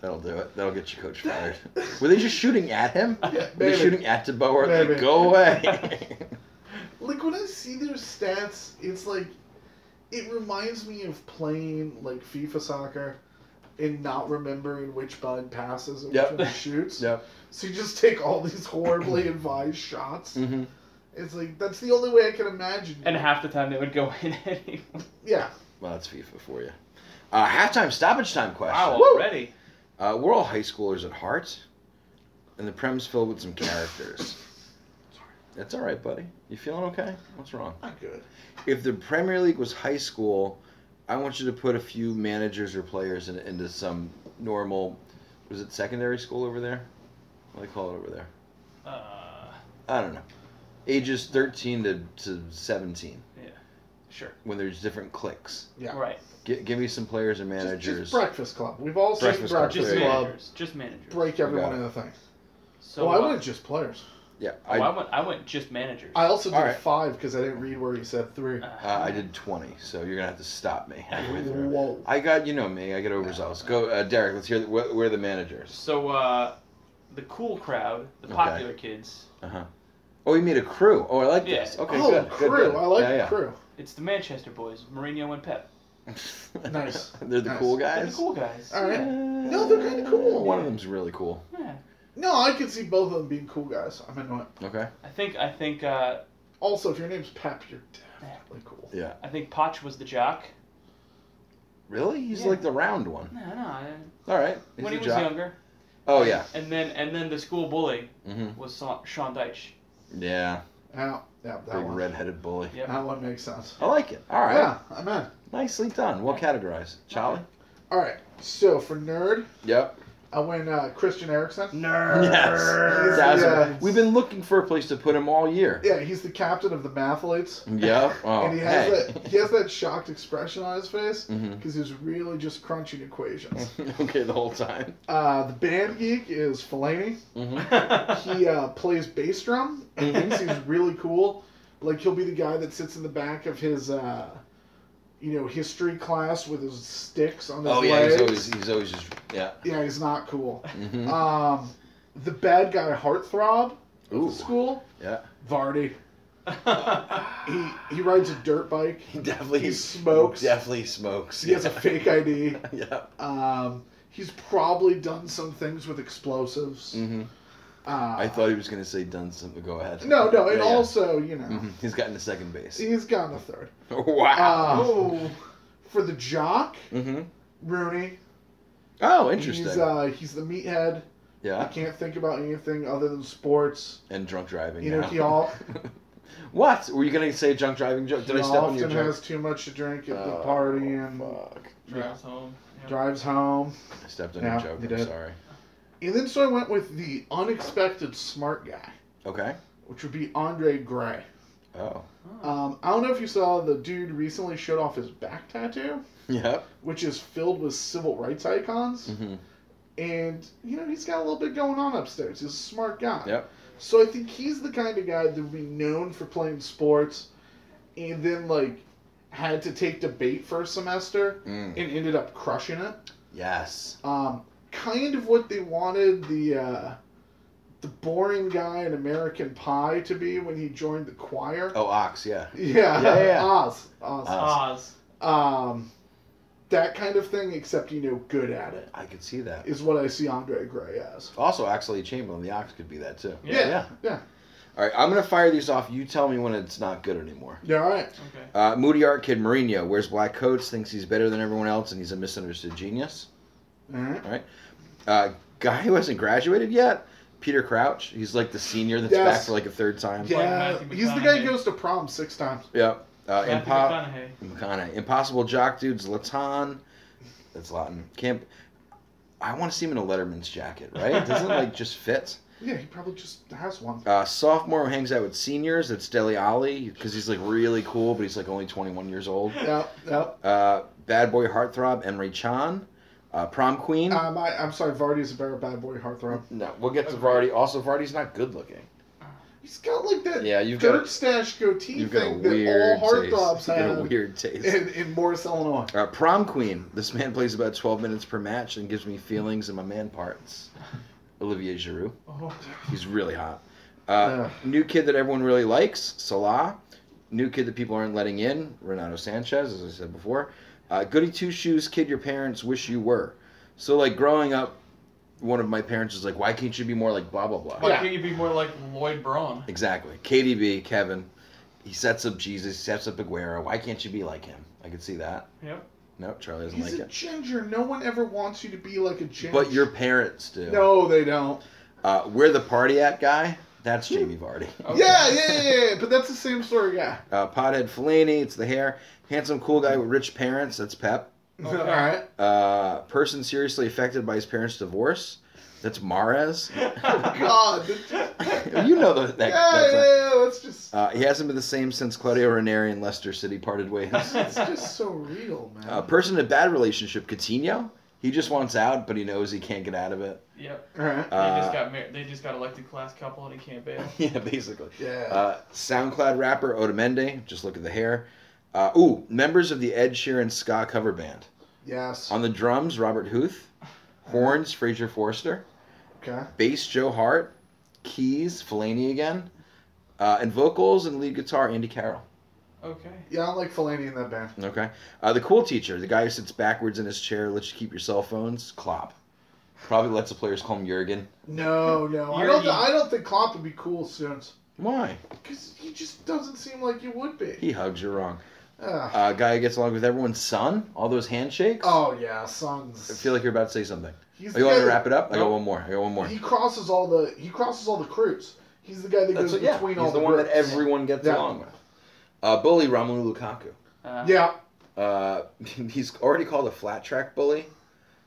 That'll do it. That'll get your coach fired. Were they just shooting at him? Yeah, Were they maybe. shooting at DeBoer? Like, Maybe. go away. like when I see their stats, it's like it reminds me of playing like FIFA soccer and not remembering which button passes and Yep. which one shoots. Yep. So you just take all these horribly advised shots. hmm It's like that's the only way I can imagine. And half the time they would go in anyway. yeah, Well, that's FIFA for you. Uh, halftime stoppage time Wow, question. already. Uh, we're all high schoolers at heart, and the prem's filled with some characters. That's all right, buddy. You feeling okay? What's wrong? not good. if the Premier League was high school, I want you to put a few managers or players in, into some normal. Was it secondary school over there? What do they call it over there? Uh, I don't know. Ages 13 to, to 17, sure. when there's different cliques. Yeah. Right. Gi- give me some players and Just- managers. Just, Breakfast Club. We've all seen Breakfast Club, Breakfast Just There you go. Club managers. Just managers. break everyone it. in the thing. So well, I uh, went just players. yeah, oh, I, I, uh, went. I went just managers. Uh, I also did All right. five because I didn't read where he said three. uh, I did 20, so you're going to have to stop me halfway through. Whoa. I got, you know me, I get overzealous. Go, uh, Derek, let's hear the, wh- where are the managers. So uh, the cool crowd, the Okay. popular kids. Uh huh. Oh, you made a crew. Oh, I like this. Yeah. Okay, oh, good. good, crew. good. I like yeah, yeah. crew. It's the Manchester boys, Mourinho and Pep. Nice. They're the Nice. cool They're the guys. cool guys. All right. No, they're kinda cool. One of them's really cool. Yeah. No, I can see both of them being cool guys. I'm into it. Okay. I think I think uh, Also, if your name's Pep, you're definitely cool. Yeah. I think Potch was the jock. Really? He's Yeah. like the round one. No, no. I, All right. He's when the he was jock. younger. Oh yeah. And then and then the school bully hmm was Sa- Sean Deitch. Yeah. Yeah, yeah, that Big one. red-headed bully. Yep. That one makes sense. I like it. All right. Yeah, I'm in. Nicely done. Well categorized. Charlie. All right. So for nerd, Yep. I went uh, Christian Erickson. Nerd. Yes. That's Yeah. We've been looking for a place to put him all year. Yeah, he's the captain of the Mathletes, Yep. Oh, and he has hey. that he has that shocked expression on his face Mhm. because he's really just crunching Mm. equations. okay, the whole time. uh, the band geek is Fellaini. Mhm. He uh, plays bass drum and thinks he's Mm-hmm. really cool. Like he'll be the guy that sits in the back of his, uh, you know, history class with his sticks on his Oh yeah, legs. he's always he's always just yeah. Yeah, he's not cool. Mhm. Um, the bad guy heartthrob of Ooh. the school, Yeah. Vardy. He he rides a dirt bike. He definitely He smokes. he Definitely smokes. He has a fake ID. yeah. Um, he's probably done some things with explosives. hmm Uh, I thought he was gonna say done something. Go ahead. No, no, Yeah, and yeah. also you know Mhm. he's gotten to second base. he's gone to third. Um, wow. Ah. oh. For the jock, hmm Rooney. Oh, interesting. He's uh, he's the meathead. I yeah, can't think about anything other than sports. and drunk driving. You know, now. he all what were you gonna say? Drunk driving joke? Did he I step on often your joke? has too much to drink at the Oh, party and fuck. Travels home. Yeah. drives home. I stepped on Yeah, your joke. you I'm did. sorry. And then so I went with the unexpected smart guy, Okay. which would be Andre Gray. Oh. Um, I don't know if you saw the dude recently showed off his back tattoo, Yep. which is filled with civil rights icons. hmm And, you know, he's got a little bit going on upstairs. He's a smart guy. Yep. So I think he's the kind of guy that would be known for playing sports and then, like, had to take debate for a semester Mm. and ended up crushing it. Yes. Um, kind of what they wanted the uh, the boring guy in American Pie to be when he joined the choir. Oh, ox. Yeah. Yeah, Yeah, yeah, yeah. Oz. Oz. Uh, Oz. um, that kind of thing, except, you know, good at it, I could see that. is what I see Andre Gray as. Also, Axley Chamberlain, the ox could be that too. Yeah. Yeah. Yeah. All right, I'm gonna fire these off. You tell me when it's not good anymore. Yeah, all right. Okay. Uh, Moody Art Kid Mourinho wears black coats, thinks he's better than everyone else, and he's a misunderstood genius. All right. Uh, guy who hasn't graduated yet, Peter Crouch. He's like the senior that's Yes. back for like a third time. Yeah. Yeah, Matthew he's the guy McConaughey. who goes to prom six times. Yep. Uh, Matthew impo- McConaughey. McConaughey. Impossible jock dudes, Latan. That's Latin. Camp. I want to see him in a Letterman's jacket, right? Doesn't it, like just fit? Yeah, he probably just has one. Uh, sophomore who hangs out with seniors. That's Deli Ali because he's like really cool, but he's like only 21 years old. Yep, yep. Uh, bad boy heartthrob Emery Chan. Uh, prom queen. Um, I, I'm sorry, Vardy's a better bad boy heartthrob. no, we'll get to Vardy. Also, Vardy's not good looking. He's got like that Yeah, you've got dirt a, stash goatee you've got a thing that all weird taste. heartthrobs You've got a have weird taste. in, in Morris, Illinois. Uh, prom queen. This man plays about 12 minutes per match and gives me feelings in my man parts. Olivier Giroud. Oh. He's really hot. Uh, Ugh. New kid that everyone really likes, Salah. New kid that people aren't letting in, Renato Sanchez, as I said before. Uh, goody two shoes kid your parents wish you were. So, like, growing up, one of my parents was like, why can't you be more like blah, blah, blah? Why Yeah. can't you be more like Lloyd Braun? Exactly. KDB, Kevin. He sets up Jesus, he sets up Aguero. Why can't you be like him? I could see that. Yep. No, Charlie doesn't He's like a it. ginger. No one ever wants you to be like a ginger. But your parents do. No, they don't. Uh, where the party at guy? That's Jamie Vardy. Okay. Yeah, yeah, yeah, yeah. But that's the same story, yeah. Uh, pothead Fellini, it's the hair. Handsome, cool guy with rich parents, that's Pep. Okay. All right. Uh, person seriously affected by his parents' divorce, that's Mares. God. that- you know the, that. yeah, that's yeah, a- yeah. That's just, uh, he hasn't been the same since Claudio Ranieri and Leicester City parted ways. that's just so real, man. Uh, person in a bad relationship, Coutinho. He just wants out, but he knows he can't get out of it. Yep. All right. They just Uh, got married. They just got elected class couple and he can't bail. yeah, basically. Yeah. Uh, SoundCloud rapper Otamende. Just look at the hair. Uh, ooh, members of the Ed Sheeran ska cover band. yes. On the drums, Robert Huth. Horns, Fraser Forster. Okay. Bass, Joe Hart. Keys, Fellaini again. Uh, and vocals and lead guitar, Andy Carroll. Okay. Yeah, I don't like Filani in that band. Okay. Uh, the cool teacher, the guy who sits backwards in his chair, lets you keep your cell phones, Klopp. Probably lets the players call him Jurgen. No, no, I You're- don't. Th- you- I don't think Klopp would be cool, Stones, Why? because he just doesn't seem like you would be. He hugs you wrong. Ugh. Uh, guy who gets along with everyone's son. All those handshakes. oh yeah, I Sons. feel like you're about to say something. He's Are you want the to guy wrap it up? I got Nope. one more. I got one more. that- He crosses all the. He crosses all the crews. He's the guy that That's goes what, yeah. between He's all the the one that groups. everyone gets Yeah. along with. Uh, bully Romelu Lukaku. Uh, Yeah, Uh, he's already called a flat track bully.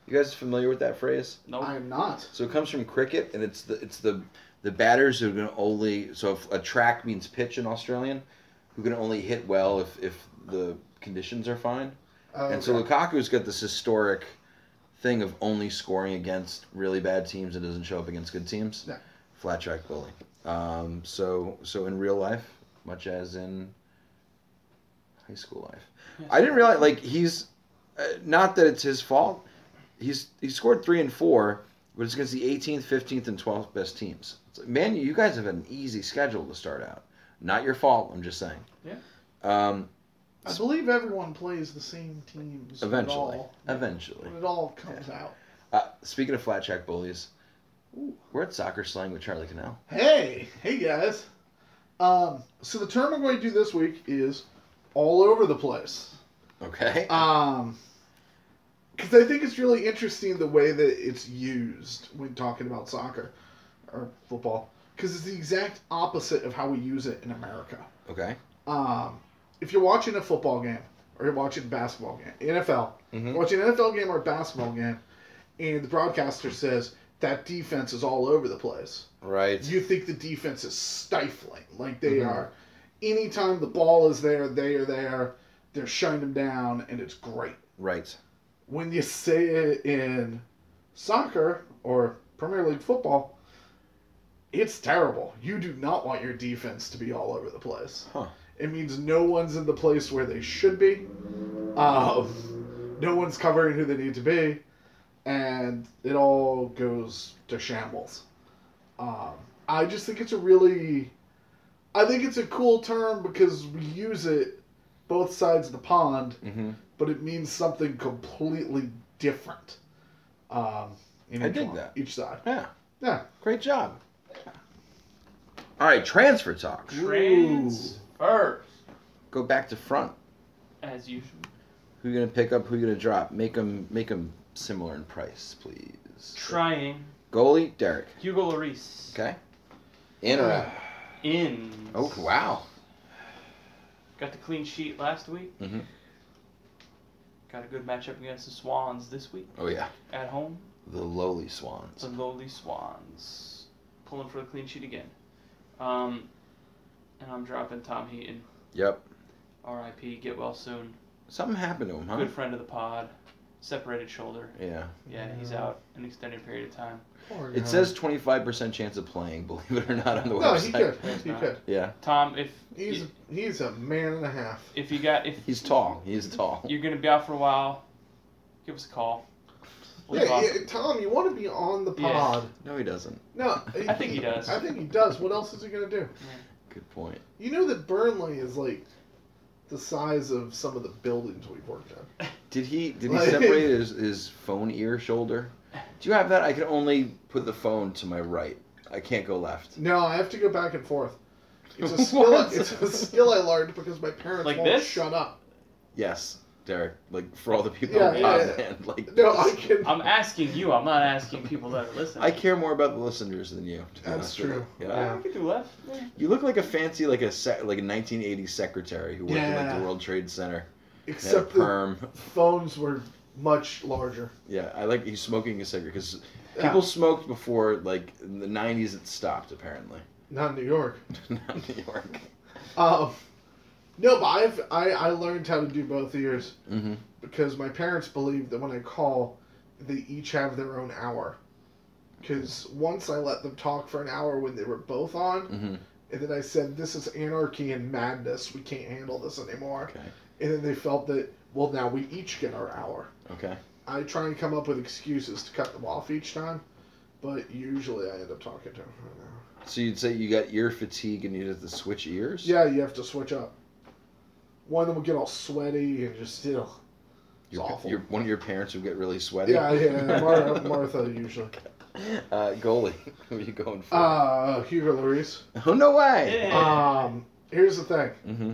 You guys familiar with that phrase? Nope. I am not. So it comes from cricket, and it's the it's the the batters who can only so if a track means pitch in Australian, who can only hit well if if the conditions are fine. Oh, And so okay. Lukaku's got this historic thing of only scoring against really bad teams and doesn't show up against good teams. Yeah. Flat track bully. Um, so so in real life, much as in high school life, I didn't realize like he's uh, not that it's his fault. He's he scored three and four, but it's against the 18th, 15th, and 12th best teams. It's like, man, you guys have an easy schedule to start out. Not your fault. I'm just saying. Yeah. Um, I believe everyone plays the same teams. when it eventually, all- eventually. when it all comes out. Uh, speaking of flat track bullies, we're at soccer slang with Charlie Cannell. Hey, hey guys. Um, so the term I'm going to do this week is all over the place. Okay. Um, because I think it's really interesting the way that it's used when talking about soccer or football, because it's the exact opposite of how we use it in America. okay. Um, if you're watching a football game or you're watching a basketball game, NFL, Mhm. watching an NFL game or a basketball game, and the broadcaster says that defense is all over the place Right. you think the defense is stifling like they Mhm. are anytime the ball is there they are there they're shutting them down and it's great Right. when you say it in soccer or premier league football it's terrible you do not want your defense to be all over the place Huh. it means no one's in the place where they should be um, no one's covering who they need to be and it all goes to shambles um, i just think it's a really i think it's a cool term because we use it both sides of the pond Mm-hmm. but it means something completely different um, in I each dig one- that. each side Yeah. Yeah. Great job. All right. Transfer talk. Transfer. Go back to front. As usual. Who you gonna pick up? Who you gonna drop? Make them make 'em similar in price, please. Trying. Goalie Derek. Hugo Lloris. Okay. In or out? In. Oh wow. Got the clean sheet last week. Mhm. Got a good matchup against the Swans this week Oh yeah. at home. The lowly swans. The lowly Swans pulling for the clean sheet again. Um, and I'm dropping Tom Heaton. Yep. R.I.P. Get well soon. Something happened to him, huh? Good friend of the pod. Separated shoulder. Yeah. Yeah, he's Yeah. out an extended period of time. It says 25% chance of playing, believe it or not, on the no website. he could It's he not. could Yeah, Tom, if he's he's a man and a half if you got if he's tall. He's tall. you're gonna be out for a while, give us a call. We'll yeah, talk. yeah, Tom, you want to be on the Yeah. pod. No, he doesn't. No, I think he does. I think he does. What else is he going to do? Good point. You know that Burnley is like the size of some of the buildings we've worked in. Did he did he Like- separate his, his phone ear shoulder? Do you have that? I can only put the phone to my right. I can't go left. No, I have to go back and forth. It's a skill. What? it's a skill I learned because my parents Like won't this? shut up. Yes, Derek. Like for all the people Yeah, in yeah, Podland, like No, I this. can. I'm asking you. I'm not asking people that are listening. I care more about the listeners than you. to be That's honest with you. true. Yeah. Yeah, we could do left. Yeah. You look like a fancy like a sec, like a 1980s secretary who worked in like Yeah. the World Trade Center. Had a Except the perm. phones were much larger. Yeah, I like he's smoking a cigarette because Yeah. people smoked before like in the '90s. It stopped apparently. Not in New York. Not in New York. Um, no, but I've I, I learned how to do both ears. Mm-hmm. because my parents believe that when I call, they each have their own hour. Because once I let them talk for an hour when they were both on, Mm-hmm. and then I said, This is anarchy and madness. We can't handle this anymore. Okay. And then they felt that, well, now we each get our hour. Okay. I try and come up with excuses to cut them off each time, but usually I end up talking to them for an hour. So you'd say you got ear fatigue and you had to switch ears. Yeah, you have to switch up. One of them would get all sweaty and just you know, it's Your, awful. your- one of your parents would get really sweaty. yeah, yeah, Martha, Martha usually. Uh, goalie, who are you going for? Uh, Hugo Lloris. oh no way! Yeah. Um, here's the thing. Mm-hmm.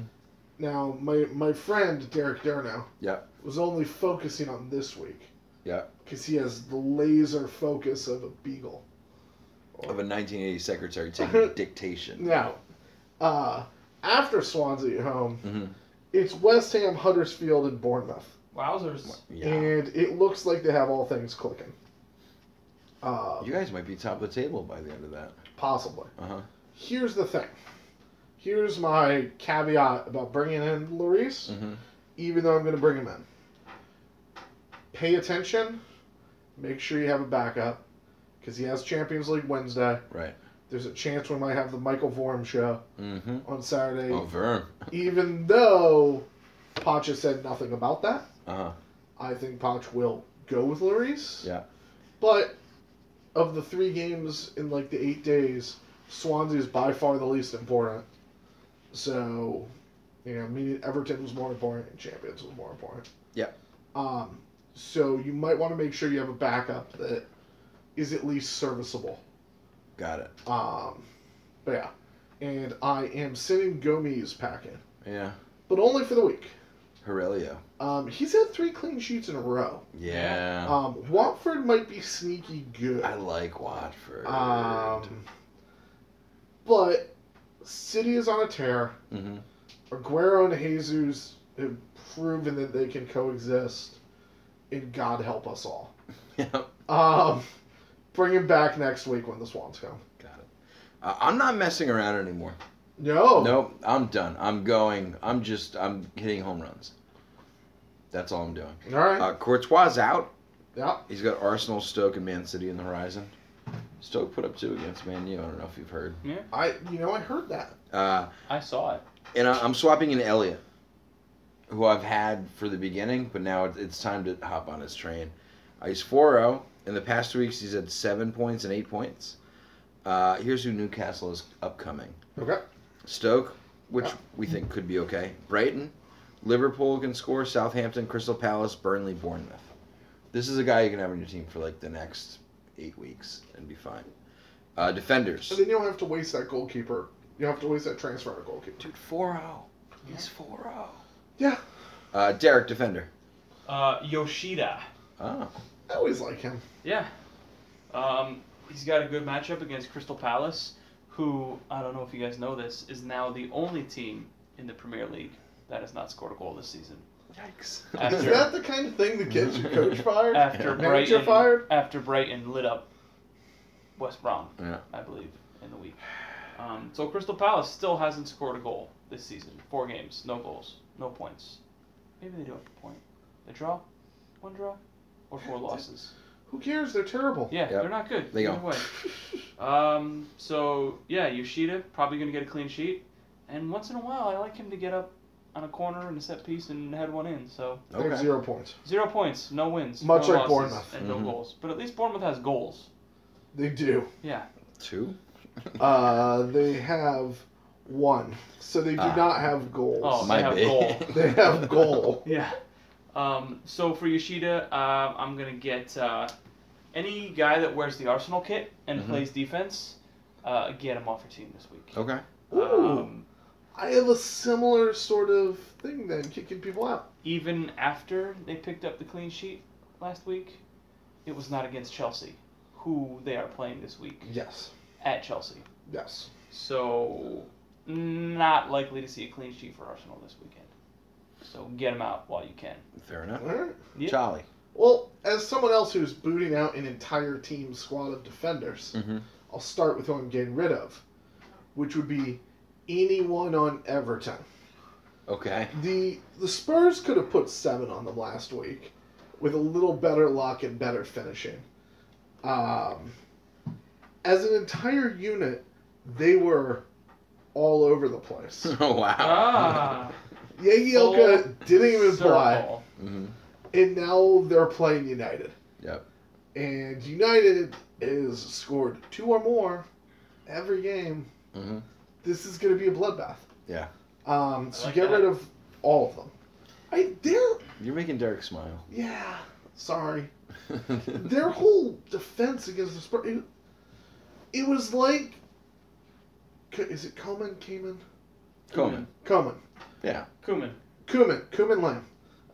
Now, my my friend Derek Durno Yeah. was only focusing on this week. Yeah. Because he has the laser focus of a beagle. Of a 1980 secretary taking dictation. Now, uh, after Swansea at home, hmm it's West Ham, Huddersfield, and Bournemouth. Wowzers. Yeah. And it looks like they have all things clicking. Uh, You guys might be top of the table by the end of that. possibly. Uh huh. Here's the thing. Here's my caveat about bringing in Lloris, Mm-hmm. even though I'm going to bring him in. Pay attention. Make sure you have a backup, because he has Champions League Wednesday. Right. There's a chance we might have the Michael Vorm show Mm-hmm. on Saturday, Oh, Verm. even though Pacha said nothing about that. Uh huh. I think Poch will go with Lloris. Yeah. But of the three games in like the eight days, Swansea is by far the least important. So, you know, meaning Everton was more important and Champions was more important. Yeah. Um, so you might want to make sure you have a backup that is at least serviceable. Got it. Um, but yeah. And I am sending Gomes packing, Yeah. but only for the week. Aurelio. Um, he's had three clean sheets in a row. Yeah. Um, Watford might be sneaky good. I like Watford. Um, but City is on a tear. hmm Aguero and Jesus have proven that they can coexist, and God help us all. Yep. Got Um, bring him back next week when the Swans come. it. Uh, I'm not messing around anymore. No. Nope. I'm done. I'm going. I'm just. I'm hitting home runs. That's all I'm doing. All right. Uh, Courtois out. yeah. He's got Arsenal, Stoke, and Man City in the horizon. Stoke put up two against Man U. I don't know if you've heard. I. You know, I heard that. Uh, I saw it. and I, I'm swapping in Elliot, who I've had for the beginning, but now it, it's time to hop on his train. Uh, he's 4 0. In the past two weeks, he's had seven points and eight points. Uh, here's who Newcastle is upcoming Okay. Stoke, which Yeah. we think could be okay. Brighton, Liverpool can score, Southampton, Crystal Palace, Burnley, Bournemouth. This is a guy you can have on your team for like the next eight weeks and be fine. Uh, defenders. And then you don't have to waste that goalkeeper. You don't have to waste that transfer to goalkeeper. Dude, 4 0. He's 4 0. Yeah. Uh, Derek, defender. Uh, Yoshida. Oh. I always like him. Yeah. Um, he's got a good matchup against Crystal Palace, who, I don't know if you guys know this, is now the only team in the Premier League that has not scored a goal this season. Yikes. Is After- that the kind of thing that gets your coach fired? After Manager Brighton, fired? after Brighton lit up West Brom, Yeah. I believe, in the week. Um, so Crystal Palace still hasn't scored a goal this season. Four games, no goals, no points. Maybe they do have a point. They draw, one draw, or four losses. Who cares? They're terrible. Yeah, Yep. they're not good. They go. Either way. Um, so yeah, Yoshida probably gonna get a clean sheet, and once in a while I like him to get up on a corner and a set piece and head one in. So They have zero points. zero points, no wins, Much no like losses, Bournemouth. and Mhm. no goals. But at least Bournemouth has goals. They do. Yeah, Two? Uh, they have one. So they do Ah. not have goals. Oh, my- They have goal. They have goal. yeah. Um, so for Yoshida, um I'm gonna get uh, any guy that wears the Arsenal kit and Mhm. plays defense. Uh, get him off your team this week. Okay. Ooh. Um, I have a similar sort of thing then, kicking people out. even after they picked up the clean sheet last week, it was not against Chelsea, who they are playing this week Yes. at Chelsea. Yes. So, not likely to see a clean sheet for Arsenal this weekend. So, get them out while you can. Fair enough. All right. Yeah. Charlie. Well, as someone else who's booting out an entire team squad of defenders, Mm-hmm. I'll start with who I'm getting rid of, which would be anyone on Everton. Okay. The the Spurs could have put seven on them last week, with a little better luck and better finishing. Um, as an entire unit, they were all over the place. Oh, wow. Ah, Yagielka didn't even play, circle. hmm and now they're playing United. Yep. And United is scored two or more every game. hmm This is going to be a bloodbath. Yeah. Um, so like get that. rid of all of them. I they're You're making Derek smile. yeah. Sorry. their whole defense against the Spurs, it, it was like, K- is it Coleman, Kamen? Coleman. Coleman, Yeah. Kuman. Kuman, Kuman Lamb.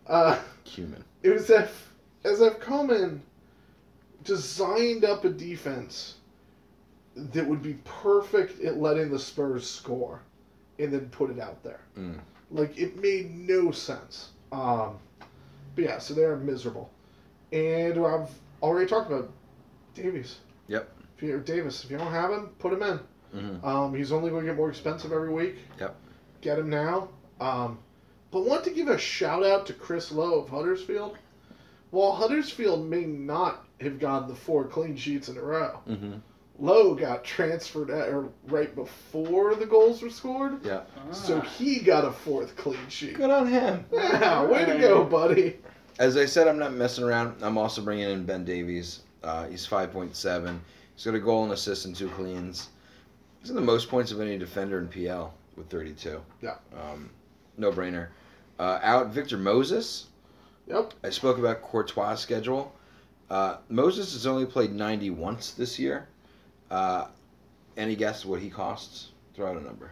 Uh, Cumin. it was as if, as if Coleman designed up a defense that would be perfect at letting the Spurs score, and then put it out there. Mm. Like it made no sense. Um, but yeah, so they're miserable, and I've already talked about Davies. Yep. If you- Davis, if you don't have him, put him in. Mhm. Um, he's only going to get more expensive every week. Yep. Get him now. Um, but want to give a shout out to Chris Lowe of Huddersfield. While Huddersfield may not have gotten the four clean sheets in a row, Mhm. Lowe got transferred at, or right before the goals were scored, Yeah. Ah. so he got a fourth clean sheet. Good on him. Yeah, way to go, buddy. As I said, I'm not messing around. I'm also bringing in Ben Davies. Uh, he's 5.7. He's got a goal, and assist, and two cleans. He's in the most points of any defender in PL with 32. Yeah. Um, no brainer. Uh, out Victor Moses. Yep. I spoke about Courtois' schedule. Uh, Moses has only played 90 once this year. Uh, any guess what he costs? Throw out a number.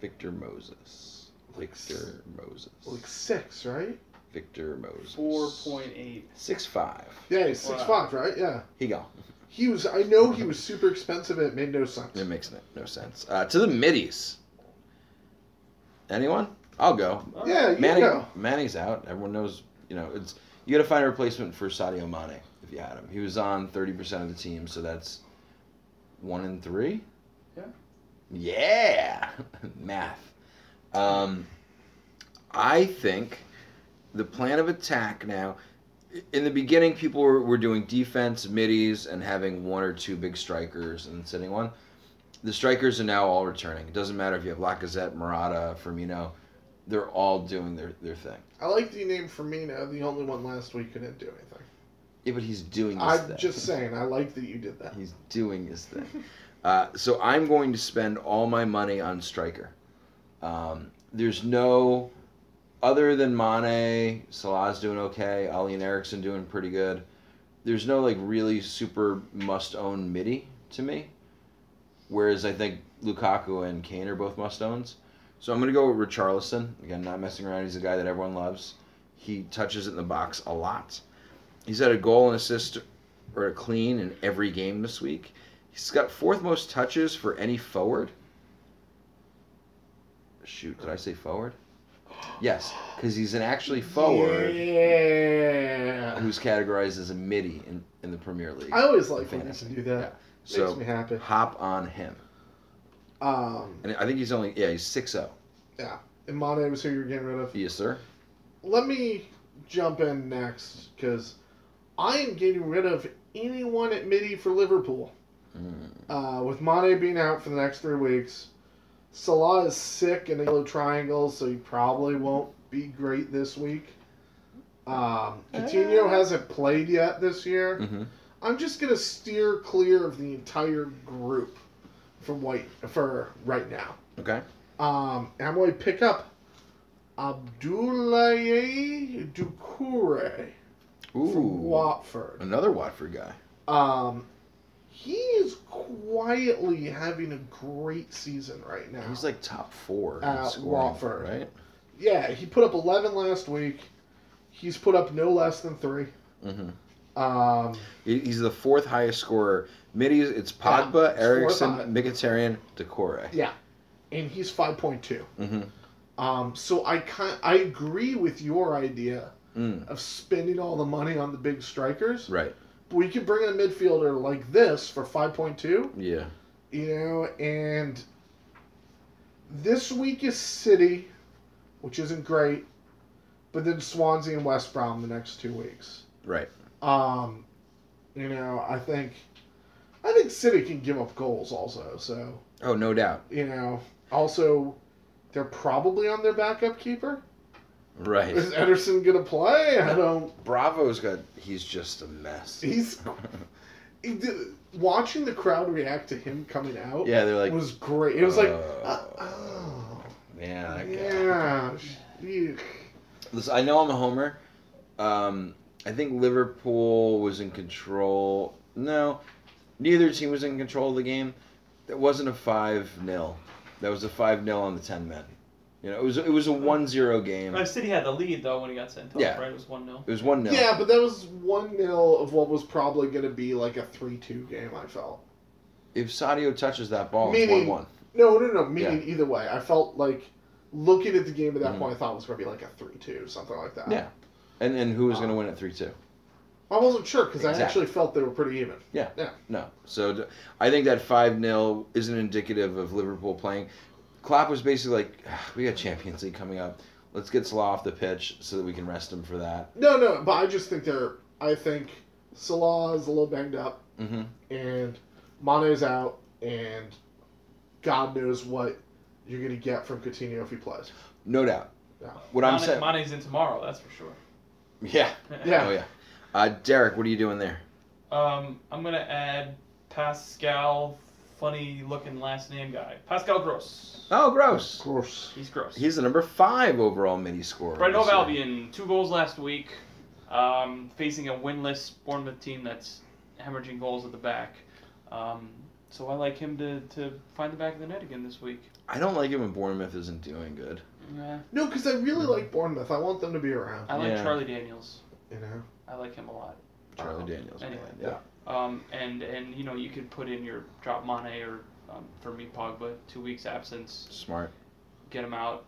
Victor Moses. Victor Moses. Like six, right? Victor Moses. Four point eight. Six five. Yeah, he's six Wow. five, right? Yeah. He gone. He was. I know he was super expensive. and It made no sense. It makes no, no sense. Uh, to the middies. Anyone? I'll go. Yeah, you Manny, go. Manny's out. Everyone knows. You know, it's you got to find a replacement for Sadio Mane if you had him. He was on thirty percent of the team, so that's one in three. Yeah. Yeah. Math. Um, I think the plan of attack now. In the beginning, people were, were doing defense, middies, and having one or two big strikers and sitting one. The strikers are now all returning. It doesn't matter if you have Lacazette, Murata, Firmino. They're all doing their, their thing. I like the name Firmino, the only one last week who didn't do anything. Yeah, but he's doing his I'm thing. just saying, I like that you did that. He's doing his thing. Uh, so I'm going to spend all my money on striker. Um, there's no other than Mane, Salah's doing okay, Ali and Erickson doing pretty good. There's no like really super must own midi to me. Whereas I think Lukaku and Kane are both must owns. So I'm gonna go with Richarlison. Again, not messing around. He's a guy that everyone loves. He touches it in the box a lot. He's had a goal and assist or a clean in every game this week. He's got fourth most touches for any forward. Shoot, did I say forward? Yes, because he's an actually forward Yeah. who's categorized as a midi in, in the Premier League. I always like when you Fantasy. can do that. Makes so me happy. hop on him. Um, And I think he's only, yeah, he's 6 0. and Mane was who you were getting rid of. Yes, sir. Let me jump in next because I am getting rid of anyone at midi for Liverpool. Mm. Uh, with Mane being out for the next three weeks, Salah is sick in a yellow triangle, so he probably won't be great this week. Um, Coutinho hasn't played yet this year. hmm I'm just gonna steer clear of the entire group for white for right now. Okay. Um, and I'm gonna pick up Abdoulaye Dukure from Ooh. Watford. Another Watford guy. Um, he is quietly having a great season right now. He's like top four. in Uh, scoring, Watford. Right? yeah, he put up 11 last week. He's put up no less than three. hmm Um, He's the fourth highest scorer. Middies, it's Pogba, it's Ericsson, fourth high. Mkhitaryan, Decore. yeah, and he's 5.2. hmm Um, so I kind I agree with your idea Mm. of spending all the money on the big strikers. Right. But we could bring in a midfielder like this for 5.2. Yeah. you know, and this week is City, which isn't great, but then Swansea and West Brom the next two weeks. Right. Um, you know, I think, I think City can give up goals also. So Oh, no doubt. you know, also, they're probably on their backup keeper. Right. Is Ederson gonna play? I don't. Bravo's got. He's just a mess. He's he did- watching the crowd react to him coming out. yeah, they're like. uh, was great. It was like, Oh. uh, oh. man, that guy. Yeah, sh- Eugh. Listen, I know I'm a homer. Um, I think Liverpool was in control. No, neither team was in control of the game. That wasn't a 5 0. That was a 5 0 on the 10 men. You know, it was it was a 1 0 game. Uh, It City had the lead though when he got sent off. Yeah. Right, it was one 0 was 1 0. Yeah, but that was 1 0 of what was probably going to be like a 3 2 game, I felt. If Sadio touches that ball, it's Meaning- 1 1. No, no, no. Meaning either way. I felt like looking at the game at that Mhm. point, I thought it was going to be like a 3 2, something like that. Yeah. And, and who was going to win at 3 2? I wasn't sure because Exactly. I actually felt they were pretty even. No. So d- I think that 5 0 isn't indicative of Liverpool playing. Klopp was basically like, "Ugh, we got Champions League coming up. Let's get Salah off the pitch so that we can rest him for that. No, no, but I just think they're. I think Salah is a little banged up, hmm and Mane's out, and God knows what you're going to get from Coutinho if he plays. No doubt. Yeah. What I'm saying. Mane's in tomorrow. That's for sure. Yeah. Yeah. Oh, yeah. Uh, Derek, what are you doing there? Um, I'm gonna add Pascal, funny looking last name guy. Pascal Gross. Oh, gross. Gross. He's gross. He's the number five overall mini scorer. Brighton this Hove year. Albion, two goals last week, um, facing a winless Bournemouth team that's hemorrhaging goals at the back. Um, so I like him to, to find the back of the net again this week. I don't like it when Bournemouth isn't doing good. Yeah. No, because I really like Bournemouth. I want them to be around. I like Yeah. Charlie Daniels. You know. I like him a lot. Charlie Um, Daniels. Uh-huh. anyway, man, yeah. Um, and and you know you could put in your drop Mane or um, for me Pogba, two weeks absence, Smart. get him out,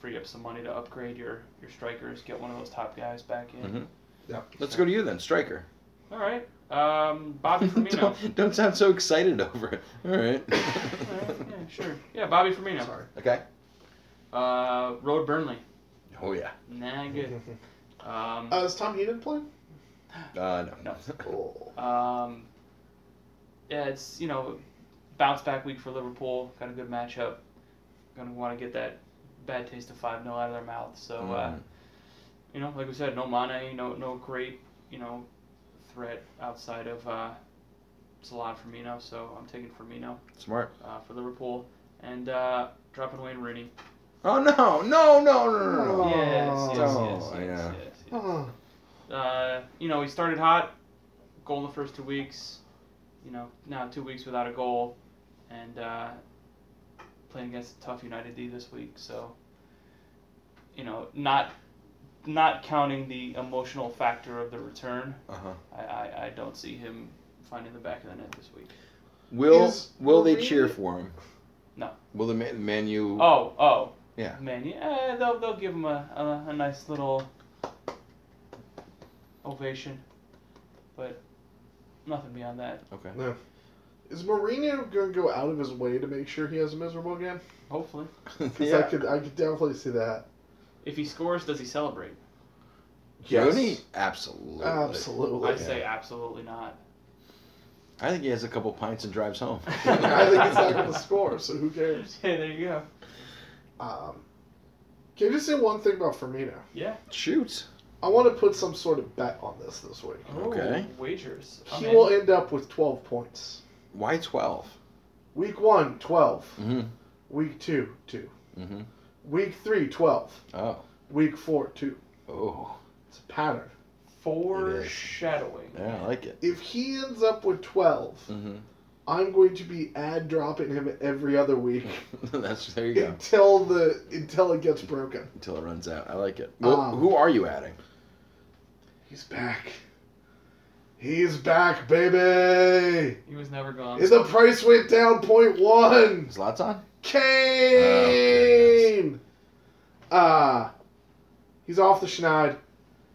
free up some money to upgrade your your strikers, get one of those top guys back in. Mhm. Yeah. Let's go to you then, striker. All right, um, Bobby Firmino. don't, don't sound so excited over it. All right. All right, yeah, sure. Yeah, Bobby Firmino. Sorry. Okay. Uh, Road Burnley. Oh yeah. Nah, good. Um, Uh, is Tom Heaton playing? Uh, no. No. Oh. um, yeah, it's you know, bounce back week for Liverpool. Got a good matchup. Gonna want to get that bad taste of five 0 out of their mouth. So uh, Mm. you know, like we said, no Mane, no no great you know threat outside of uh, Salah and Firmino. So I'm taking Firmino Smart. uh, for Liverpool and uh, dropping Wayne Rooney. Oh no! No! No! No! No! no. Oh. Yes, yes, yes, yes, Oh, yes, yes, yeah. yes. Oh. uh, you know, he started hot, goal in the first two weeks. You know, now two weeks without a goal, and uh, playing against a tough United D this week. So, you know, not not counting the emotional factor of the return, Uh huh. I, I, I don't see him finding the back of the net this week. Will Is Will they Mourinho- cheer for him? No. Will the man, man you? Oh, oh. Yeah. Man, yeah, eh, they'll, they'll give him a, a, a nice little ovation, but nothing beyond that. Okay. Is Mourinho going to go out of his way to make sure he has a miserable game? Hopefully. Because I could, I could definitely see that. If he scores, does he celebrate? Rooney? Absolutely. Absolutely. I say absolutely not. I think he has a couple pints and drives home. I think he's not going to score, so who cares? Hey, there you go. Um, can I just say one thing about Firmino? Yeah. Shoot. I want to put some sort of bet on this this week. Okay. Ooh, Wagers. Oh, I'm He in. will end up with 12 points. Why 12? Week 1, 12. Mm-hmm. Week 2, 2. Mm-hmm. Week 3, 12. Oh. Week 4, 2. Oh. It's a pattern. Foreshadowing. Yeah, I like it. If he ends up with 12, Mm-hmm. I'm going to be ad dropping him every other week That's there you go. until the until it gets broken. Until it runs out. I like it. Well, Um, who are you adding? He's back. He's back, baby. He was never gone. And the price went down point one. Zlatan? Kane. Ah, he's off the schneid.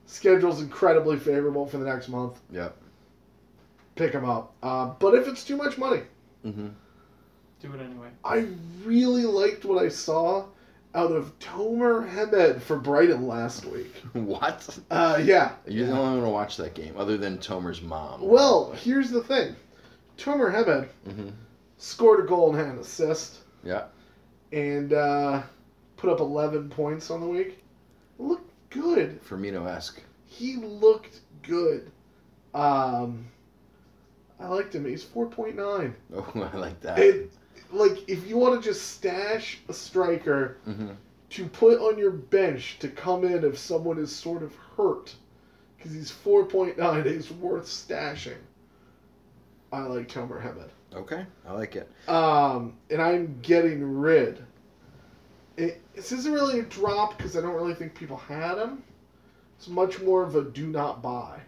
Schedule's incredibly favorable for the next month. Yep. Pick him up. Uh, but if it's too much money, Mm-hmm. Do it anyway. I really liked what I saw out of Tomer Hemed for Brighton last week. What? Uh, yeah. You're the only one to watch that game, other than Tomer's mom. Well, here's the thing. Tomer Hemed hmm scored a goal and had an assist. Yeah. And uh, put up 11 points on the week. Looked good. Firmino-esque. He looked good. Um, I liked him. He's 4.9. Oh, I like that. It, like, if you want to just stash a striker Mm-hmm. to put on your bench to come in if someone is sort of hurt because he's 4.9 is worth stashing. I like Tomer Hemet. Okay, I like it. Um, and I'm getting rid. It, this isn't really a drop because I don't really think people had him. It's much more of a do not buy.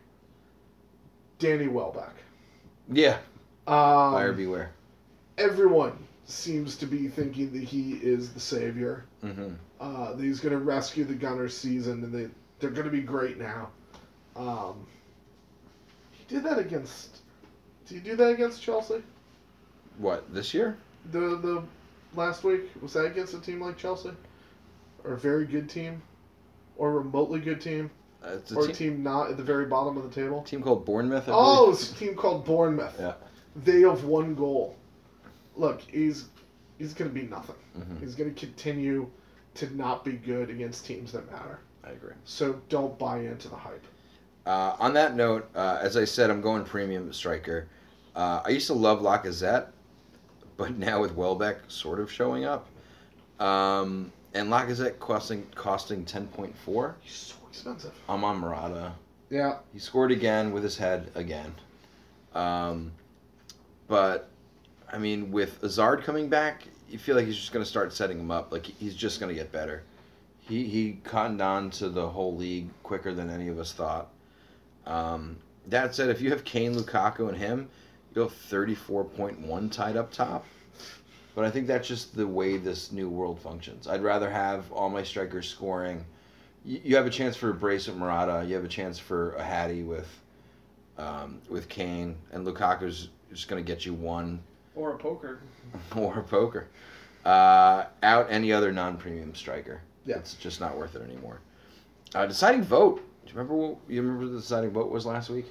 Danny Welbeck. Yeah, Um, buyer beware. everyone seems to be thinking that he is the savior. Mm-hmm. Uh, that he's going to rescue the Gunners season, and they they're going to be great now. Um, he did that against. Did he do that against Chelsea? What this year? The the last week was that against a team like Chelsea, or a very good team, or a remotely good team, Uh, it's a or a team, team not at the very bottom of the table. team called Bournemouth. I Oh, believe. it's a team called Bournemouth. Yeah. They have one goal. Look, he's he's going to be nothing. Mhm. He's going to continue to not be good against teams that matter. I agree. So don't buy into the hype. Uh, on that note, uh, as I said, I'm going premium striker. Uh, I used to love Lacazette, but now with Welbeck sort of showing up, um, and Lacazette costing costing 10.4. He's so expensive. I'm on Murata. Yeah. He scored again with his head again. Um, but, I mean, with Azard coming back, you feel like he's just going to start setting him up. Like, he's just going to get better. He, he cottoned on to the whole league quicker than any of us thought. Um, that said, if you have Kane, Lukaku, and him, you'll have 34.1 tied up top. But I think that's just the way this new world functions. I'd rather have all my strikers scoring you you have a chance for a brace at Murata. You have a chance for a Hattie with, um, with Kane and Lukaku's just gonna get you one Or a poker. or poker, uh, out any other non-premium striker. Yeah. it's just not worth it anymore. Uh, deciding vote. Do you remember what you remember the deciding vote was last week?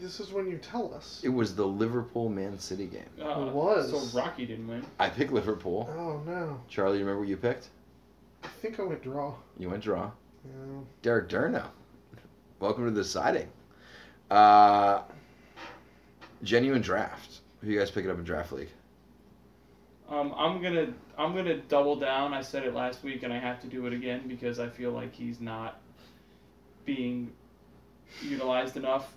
This is when you tell us. It was the Liverpool Man City game. Uh, It was. So Rocky didn't win. I picked Liverpool. Oh no. Charlie, you remember what you picked? I think I went draw. You went draw. Yeah. Derek Durno. Welcome to the siding. Uh, genuine draft. Who you guys picking up in draft league? Um, I'm gonna I'm gonna double down. I said it last week, and I have to do it again because I feel like he's not being utilized enough.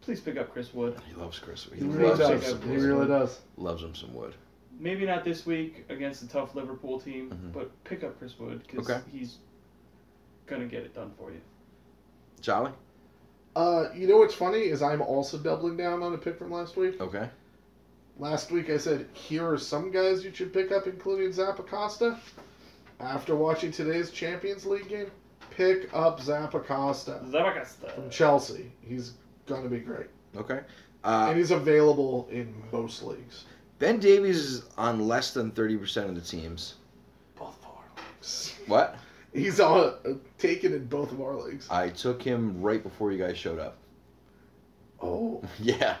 Please pick up Chris Wood. He loves Chris. He, He really loves him does. some He wood. really does. Loves him some wood. Maybe not this week against a tough Liverpool team, Mhm. but pick up Chris Wood because Okay. he's gonna get it done for you. Charlie. Uh, you know what's funny is I'm also doubling down on a pick from last week. Okay. Last week I said here are some guys you should pick up, including Zappacosta. After watching today's Champions League game, pick up Zappacosta from Zabagasta. Chelsea. He's gonna be great, Okay. Uh, and he's available in most leagues. ben Davies is on less than thirty percent of the teams. Both of our leagues. What? He's on uh, taken in both of our leagues. I took him right before you guys showed up. Oh, yeah.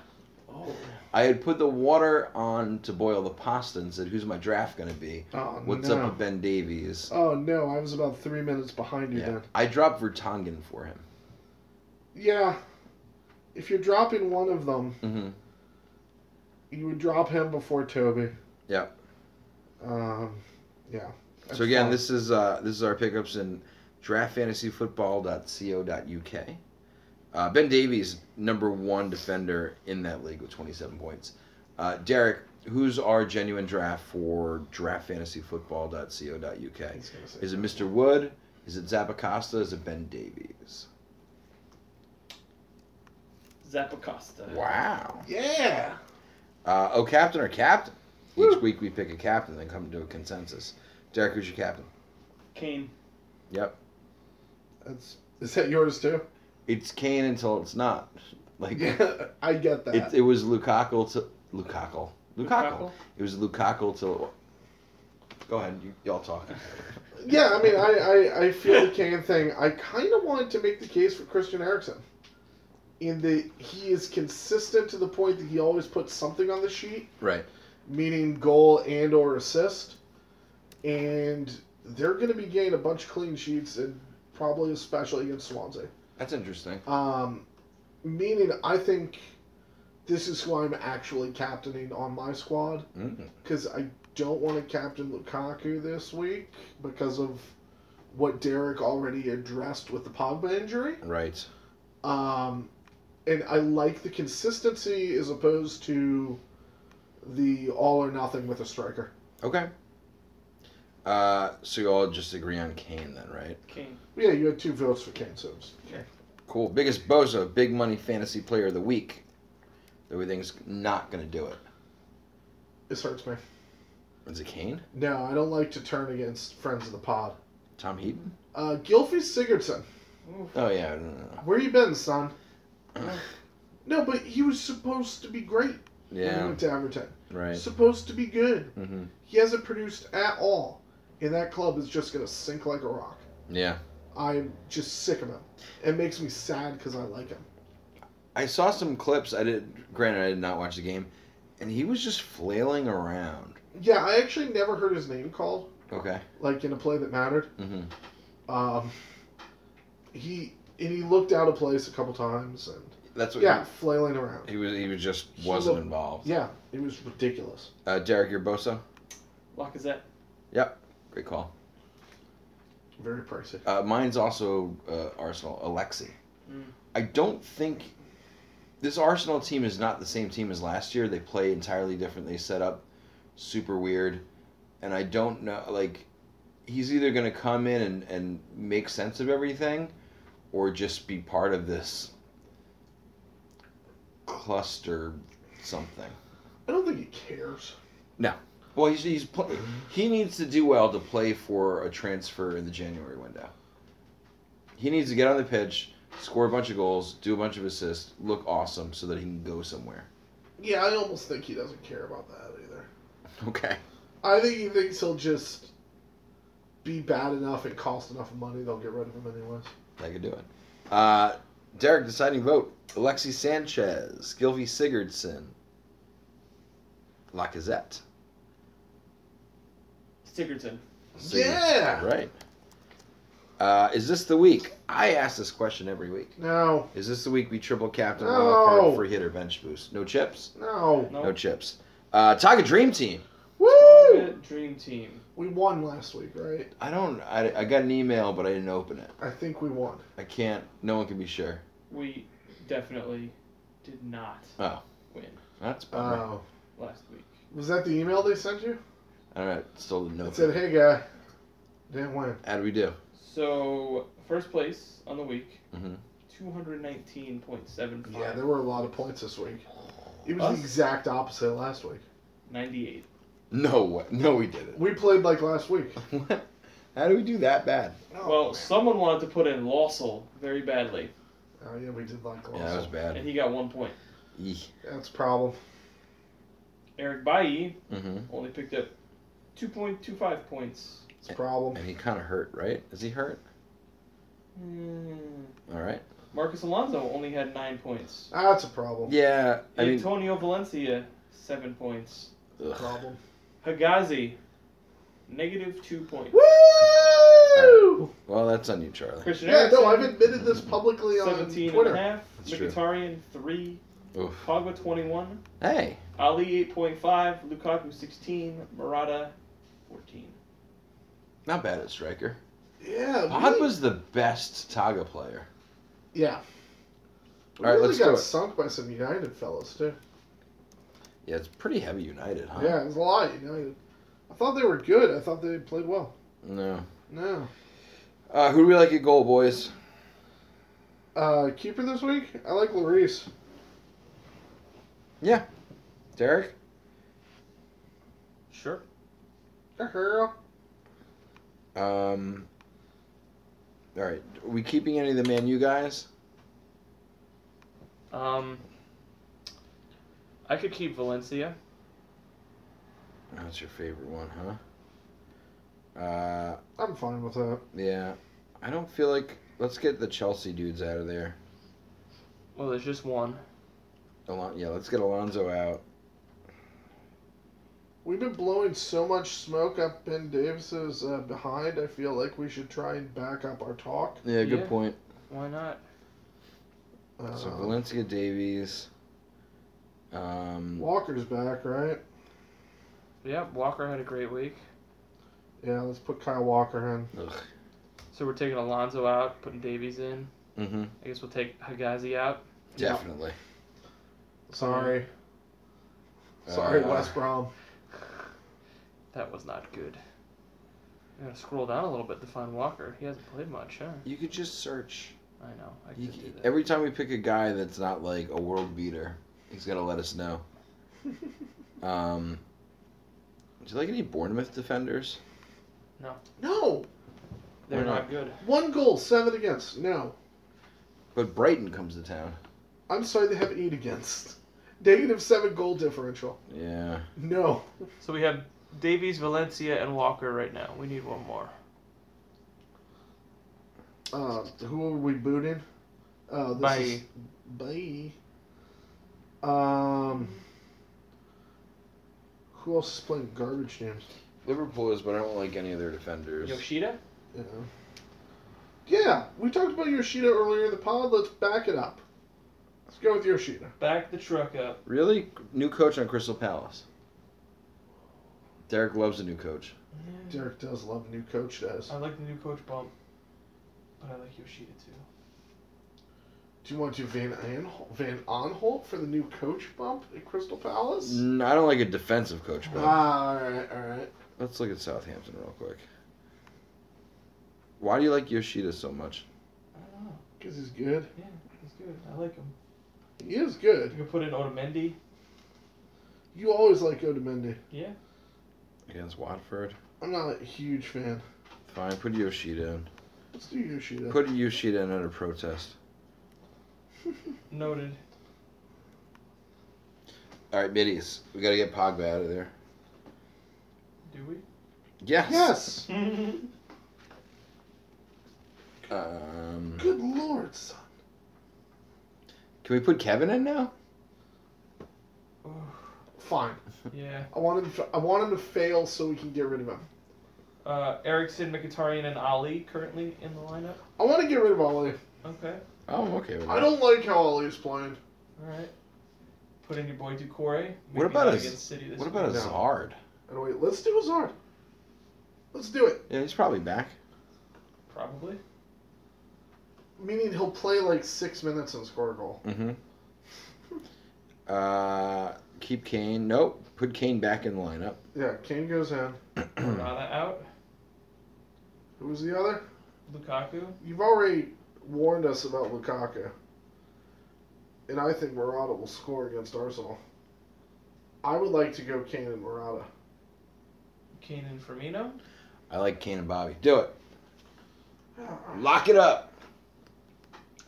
oh, I had put the water on to boil the pasta and said, "Who's my draft gonna be? oh What's no! up with Ben Davies?" oh no! I was about three minutes behind you yeah. then. I dropped Vertonghen for him. Yeah, if you're dropping one of them, Mm-hmm. you would drop him before Toby. Yeah. Um, yeah. That's So again, fine. this is uh, this is our pickups in draftfantasyfootball.co.uk. Uh, ben Davies, number one defender in that league with 27 points. Uh, Derek, who's our genuine draft for draftfantasyfootball.co.uk? He's gonna say- Is it Mr. Wood? Is it Zappacosta? Is it Ben Davies? Zappacosta. Wow. Yeah. Uh, oh, captain or captain? Each Woo. week we pick a captain and come to a consensus. Derek, who's your captain? Kane. Yep. That's is that yours too? It's Kane until it's not. Like Yeah, I get that. It, it was Lukaku to Lukaku. Lukaku. It was Lukaku to. Go ahead, you, y'all talk. yeah, I mean, I, I, I feel the Kane thing. I kind of wanted to make the case for Christian Eriksen, in that he is consistent to the point that he always puts something on the sheet, Right. meaning goal and or assist, and they're going to be getting a bunch of clean sheets and probably especially against Swansea. That's interesting. Um, meaning, I think this is who I'm actually captaining on my squad Mm. because I don't want to captain Lukaku this week because of what Derek already addressed with the Pogba injury. Right. Um, and I like the consistency as opposed to the all or nothing with a striker. Okay. Uh, so you all just agree on Kane then, right? King. Yeah, you had two votes for Kane Sims. Cool. Biggest bozo, big money fantasy player of the week. That we think is not gonna do it. This hurts me. Is it Kane? No, I don't like to turn against friends of the pod. Tom Heaton? Uh, Gilfie Sigurdsson, Oof. Oh yeah. No, no, where you been, son? no. No, but he was supposed to be great when he yeah. went to Everton. Right. Supposed to be good. hmm He hasn't produced at all, and that club is just gonna sink like a rock. Yeah. I'm just sick of him. It makes me sad because I like him. I saw some clips. I did. Granted, I did not watch the game, and he was just flailing around. Yeah, I actually never heard his name called, Okay. like in a play that mattered. Mm-hmm. Um, he and he looked out of place a couple times, and That's what. yeah, flailing around. He, he was. He was just He wasn't looked- involved. Yeah, it was ridiculous. Uh, Derek, your bozo. Lacazette. Great call. Very pricey. Uh, mine's also uh, Arsenal. Alexi. Mm. I don't think this Arsenal team is not the same team as last year. They play entirely different. They set up super weird, and I don't know. Like, he's either going to come in and and make sense of everything, or just be part of this cluster something. I don't think he cares. Well, he's, he's pl- he needs to do well to play for a transfer in the January window. He needs to get on the pitch, score a bunch of goals, do a bunch of assists, look awesome so that he can go somewhere. Yeah, I almost think he doesn't care about that either. Okay. I think he thinks he'll just be bad enough and cost enough money they'll get rid of him anyways. I could do it. Uh, Derek, deciding vote. Alexi Sanchez, Gilvy Sigurdsson, Lacazette. Sigurdsson. Sigurdsson, Yeah! Right. Uh, is this the week? I ask this question every week. No, Is this the week we triple captain No. wild card free hit or bench boost? No chips? no. No. No chips. Uh, Target Dream Team. Woo! Target Dream Team. We won last week, right? I don't. I, I got an email, but I didn't open it. I think we won. I can't. No one can be sure. We definitely did not Oh. win That's Oh. bummer. last week. was that the email they sent you? All right. Still didn't It open. said, it. hey, guy, didn't win. How do we do? So first place on the week, Mhm. two hundred nineteen point seven five. Yeah, there were a lot of points this week. It was Us? the exact opposite of last week. Ninety-eight. No way. No, we didn't. We played like last week. What? How do we do that bad? Oh, well, man. someone wanted to put in Lawsell very badly, Oh, yeah, we did like last Yeah, that was and bad. he got one point. Eeh. That's a problem. Eric Bailly Mm-hmm. only picked up two point two five points. It's a problem. And he kind of hurt, right? Is he hurt? Hmm. All right. Marcus Alonso only had nine points. That's Ah, a problem. Yeah. I mean. Antonio Valencia seven points. ugh. Problem. Higazi, negative two points. Woo! Well, that's on you, Charlie. Christian Yeah, no, I've Eriksen, admitted this publicly on 17 and a Twitter. half. That's true. Mkhitaryan, 3. Oof. Pogba, 21. Hey. Ali, 8.5. Lukaku, 16. Murata, 14. Not bad at striker. Yeah, Pod we- was the best Taga player. yeah. We All right, really let's got do it. sunk by some United fellas too. Yeah, it's pretty heavy United, huh? Yeah, it was a lot of United. I thought they were good. I thought they played well. No. No. Uh, who do we like at goal, boys? Uh, keeper this week, I like Lloris. Derek? Sure. Guerrero. Um. All right. Are we keeping any of the Man U guys? Um, I could keep Valencia. Oh, That's your favorite one, huh? Uh, I'm fine with that. yeah. I don't feel like. Let's get the Chelsea dudes out of there. Well, there's just one. Alon- yeah, let's get Alonso out. We've been blowing so much smoke up Ben Davis's uh, behind. I feel like we should try and back up our talk. Yeah, good Yeah. Uh-huh. point. Why not? Uh, So Valencia Davies. Um, Walker's back, right? yeah, Walker had a great week. Yeah, let's put Kyle Walker in. Ugh. So we're taking Alonzo out, putting Davies in. Mm-hmm. I guess we'll take Higazi out. Definitely. Sorry. Sorry, Uh, West Brom. That was not good. I gotta scroll down a little bit to find Walker. He hasn't played much, huh? You could just search. I know. I You could do c- that. every time we pick a guy that's not like a world beater, he's got to let us know. Um, do you like any Bournemouth defenders? No. They're Why not not? good. One goal, seven against. No. But Brighton comes to town. I'm sorry they have eight against. Negative seven goal differential. Yeah. No. So we have Davies, Valencia, and Walker right now. We need one more. Um, who are we booting? Uh, this Bye. is Bye. Um, who else is playing garbage names? Liverpool is, but I don't like any of their defenders. Yoshida? Yeah. yeah, we talked about Yoshida earlier in the pod. Let's back it up. Let's go with Yoshida. Back the truck up. Really? New coach on Crystal Palace. Derek loves a new coach. Mm-hmm. Derek does love a new coach, does. I like the new coach bump, but I like Yoshida too. Do you want to Van Aanholt, Van Aanholt for the new coach bump at Crystal Palace? Mm, I don't like a defensive coach, but Ah, all right, all right. let's look at Southampton real quick. Why do you like Yoshida so much? I don't know. Because he's good. Yeah, he's good. I like him. He is You good. can put in Otamendi. You always like Odamendi. Yeah. Against Watford? I'm not a huge fan. Fine, put Yoshida in. Let's do Yoshida. Put Yoshida in under protest. Noted. All right, middies. We got to get Pogba out of there. Do we? Yes. yes. Um, Good lord, son. can we put Kevin in now? Oof. Fine. yeah. I want him. To, I want him to fail so we can get rid of him. Uh, Erickson, Mkhitaryan, and Ali currently in the lineup. I want to get rid of Ollie. Okay. Oh, I'm okay with that. I don't like how Ollie's playing. All right. Put in your boy Ducore. What Maybe about not a- against City this What about a No. Zard? And wait, let's do Hazard. Let's do it. Yeah, he's probably back. week, Probably. Meaning he'll play like six minutes and score a goal. Mm-hmm. Uh, keep Kane. Nope. Put Kane back in the lineup. Yeah, Kane goes in. Morata out. Who was the other? Lukaku. You've already warned us about Lukaku. And I think Murata will score against Arsenal. I would like to go Kane and Murata. Kane and Firmino. I like Kane and Bobby. Do it. Lock it up.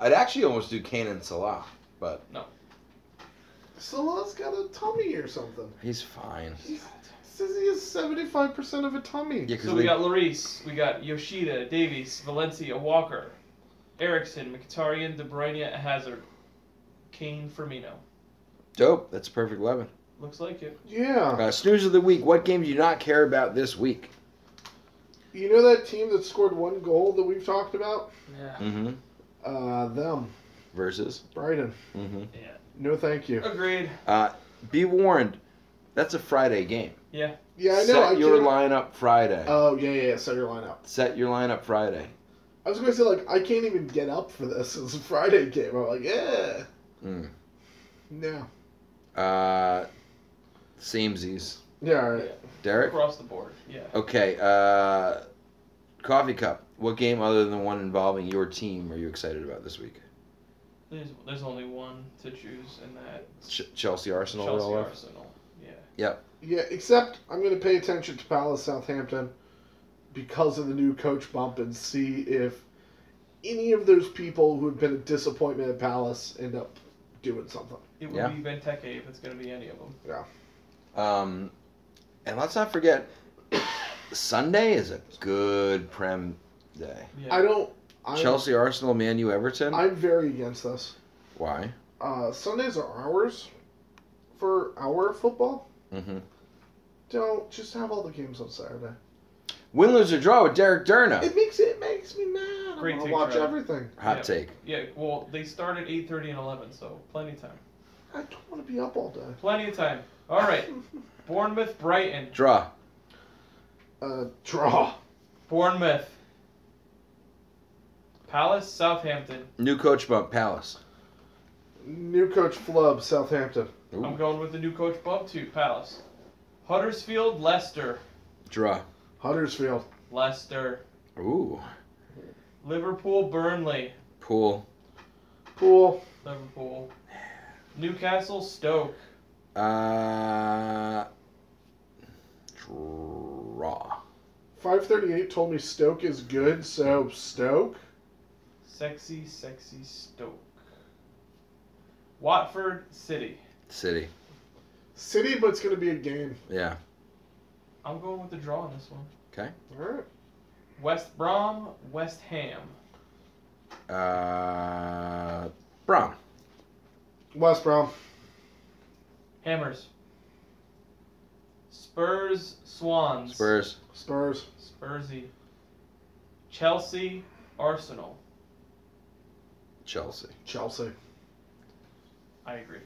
I'd actually almost do Kane and Salah, but Salah's got a tummy or something. he's fine. He says he has 75% of a tummy. Yeah, because So we got Lloris, we got Yoshida, Davies, Valencia, Walker, Erickson, Mkhitaryan, De Bruyne, Hazard, Kane, Firmino. dope. That's a perfect eleven. Looks like it. Yeah. Uh, snooze of the week. What game do you not care about this week? You know that team that scored one goal that we've talked about? Yeah. Mm-hmm. Uh, them. Versus. Brighton. Mm-hmm. Yeah. No, thank you. Agreed. Uh, Be warned. That's a Friday game. Yeah, I know. Set I your can't- lineup Friday. Oh, yeah, yeah, yeah. Set your lineup. Set your lineup Friday. I was going to say, like, I can't even get up for this. It's a Friday game. I'm like, yeah. Mm. No. Uh, samesies. Yeah, all right. Derek. Across the board. Yeah. Okay, uh, coffee cup. What game other than the one involving your team are you excited about this week? There's, there's only one to choose, and that Ch- Chelsea Arsenal Chelsea roll off. Arsenal. Yeah. Yeah, except I'm going to pay attention to Palace Southampton because of the new coach bump and see if any of those people who have been a disappointment at Palace end up doing something. It would Yeah. be Benteke if it's going to be any of them. Um, and let's not forget, Sunday is a good prem day. Yeah. I don't. I'm, Chelsea Arsenal, Man U, Everton. I'm very against this. Why? Uh, Sundays are ours for our football. Mm-hmm. Don't just have all the games on Saturday. Win, lose or draw with Derek Derna. It makes it makes me mad. I Great want take, to watch Trevor. everything. Hot Yeah. take. yeah. Well, they start at 8:30 and 11, so plenty of time. I don't want to be up all day. Plenty of time. All right. Bournemouth, Brighton. Draw. Uh, draw. Bournemouth. Palace, Southampton. New coach bump. Palace. New coach Flub, Southampton. Ooh. I'm going with the new coach Bob to Palace. Huddersfield, Leicester. Draw. Huddersfield. Leicester. Ooh. Liverpool, Burnley. Pool. Pool. Liverpool. Newcastle, Stoke. Uh. Draw. 538 told me Stoke is good, so Stoke. Sexy, sexy Stoke. Watford, City. City. City, but it's going to be a game. Yeah. I'm going with the draw on this one. All right. West Brom, West Ham. Uh. Brown. West Brom. Hammers. Spurs, Swans. Spurs. Spurs. Spursy. Chelsea, Arsenal. Chelsea. Chelsea. I agree.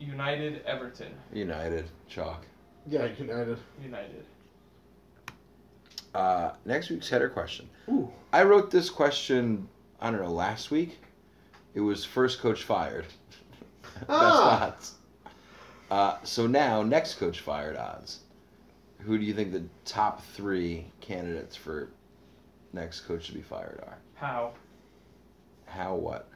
United, Everton. United. Chalk. Yeah, United. United. Uh, next week's header question. Ooh. I wrote this question, I don't know, last week. It was first coach fired. Best Ah. odds. Uh, so now, next coach fired odds. Who do you think the top three candidates for next coach to be fired are? How? How what?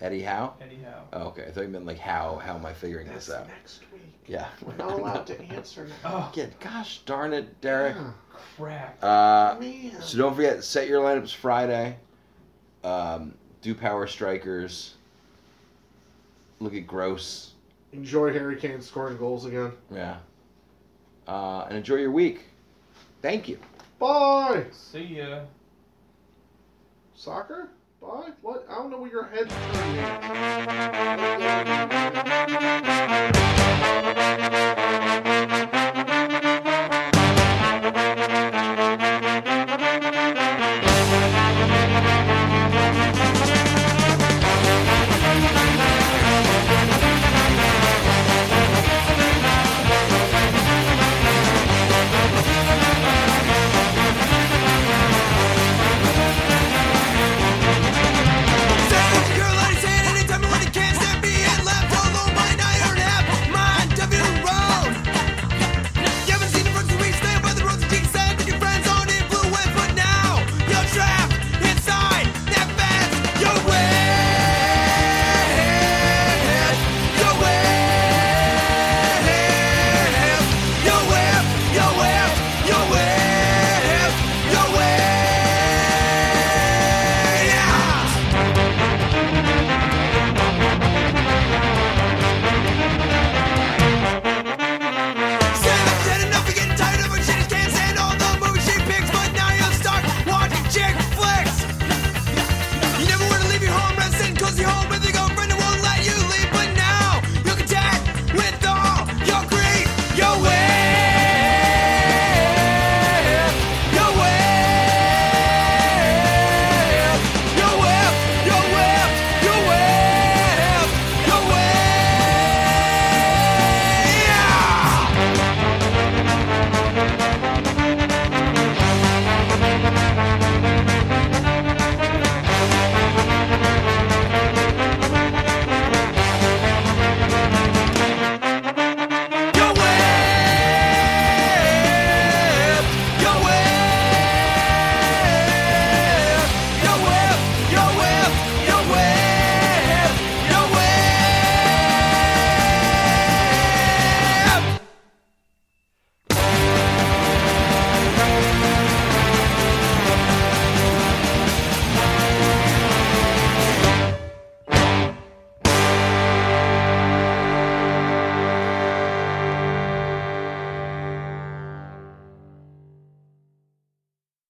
Eddie Howe? Eddie Howe. Oh, okay, I thought you meant like how. How am I figuring That's this out? next week. Yeah. We're not allowed to answer now. Oh, Again, gosh darn it, Derek. crap. Uh, Ah, Man. So don't forget, set your lineups Friday. Um, do power strikers. Look at gross. Enjoy Harry Kane scoring goals again. Yeah. Uh, and enjoy your week. Thank you. Bye. See ya. Soccer? Bye. What? I don't know where your head's turning.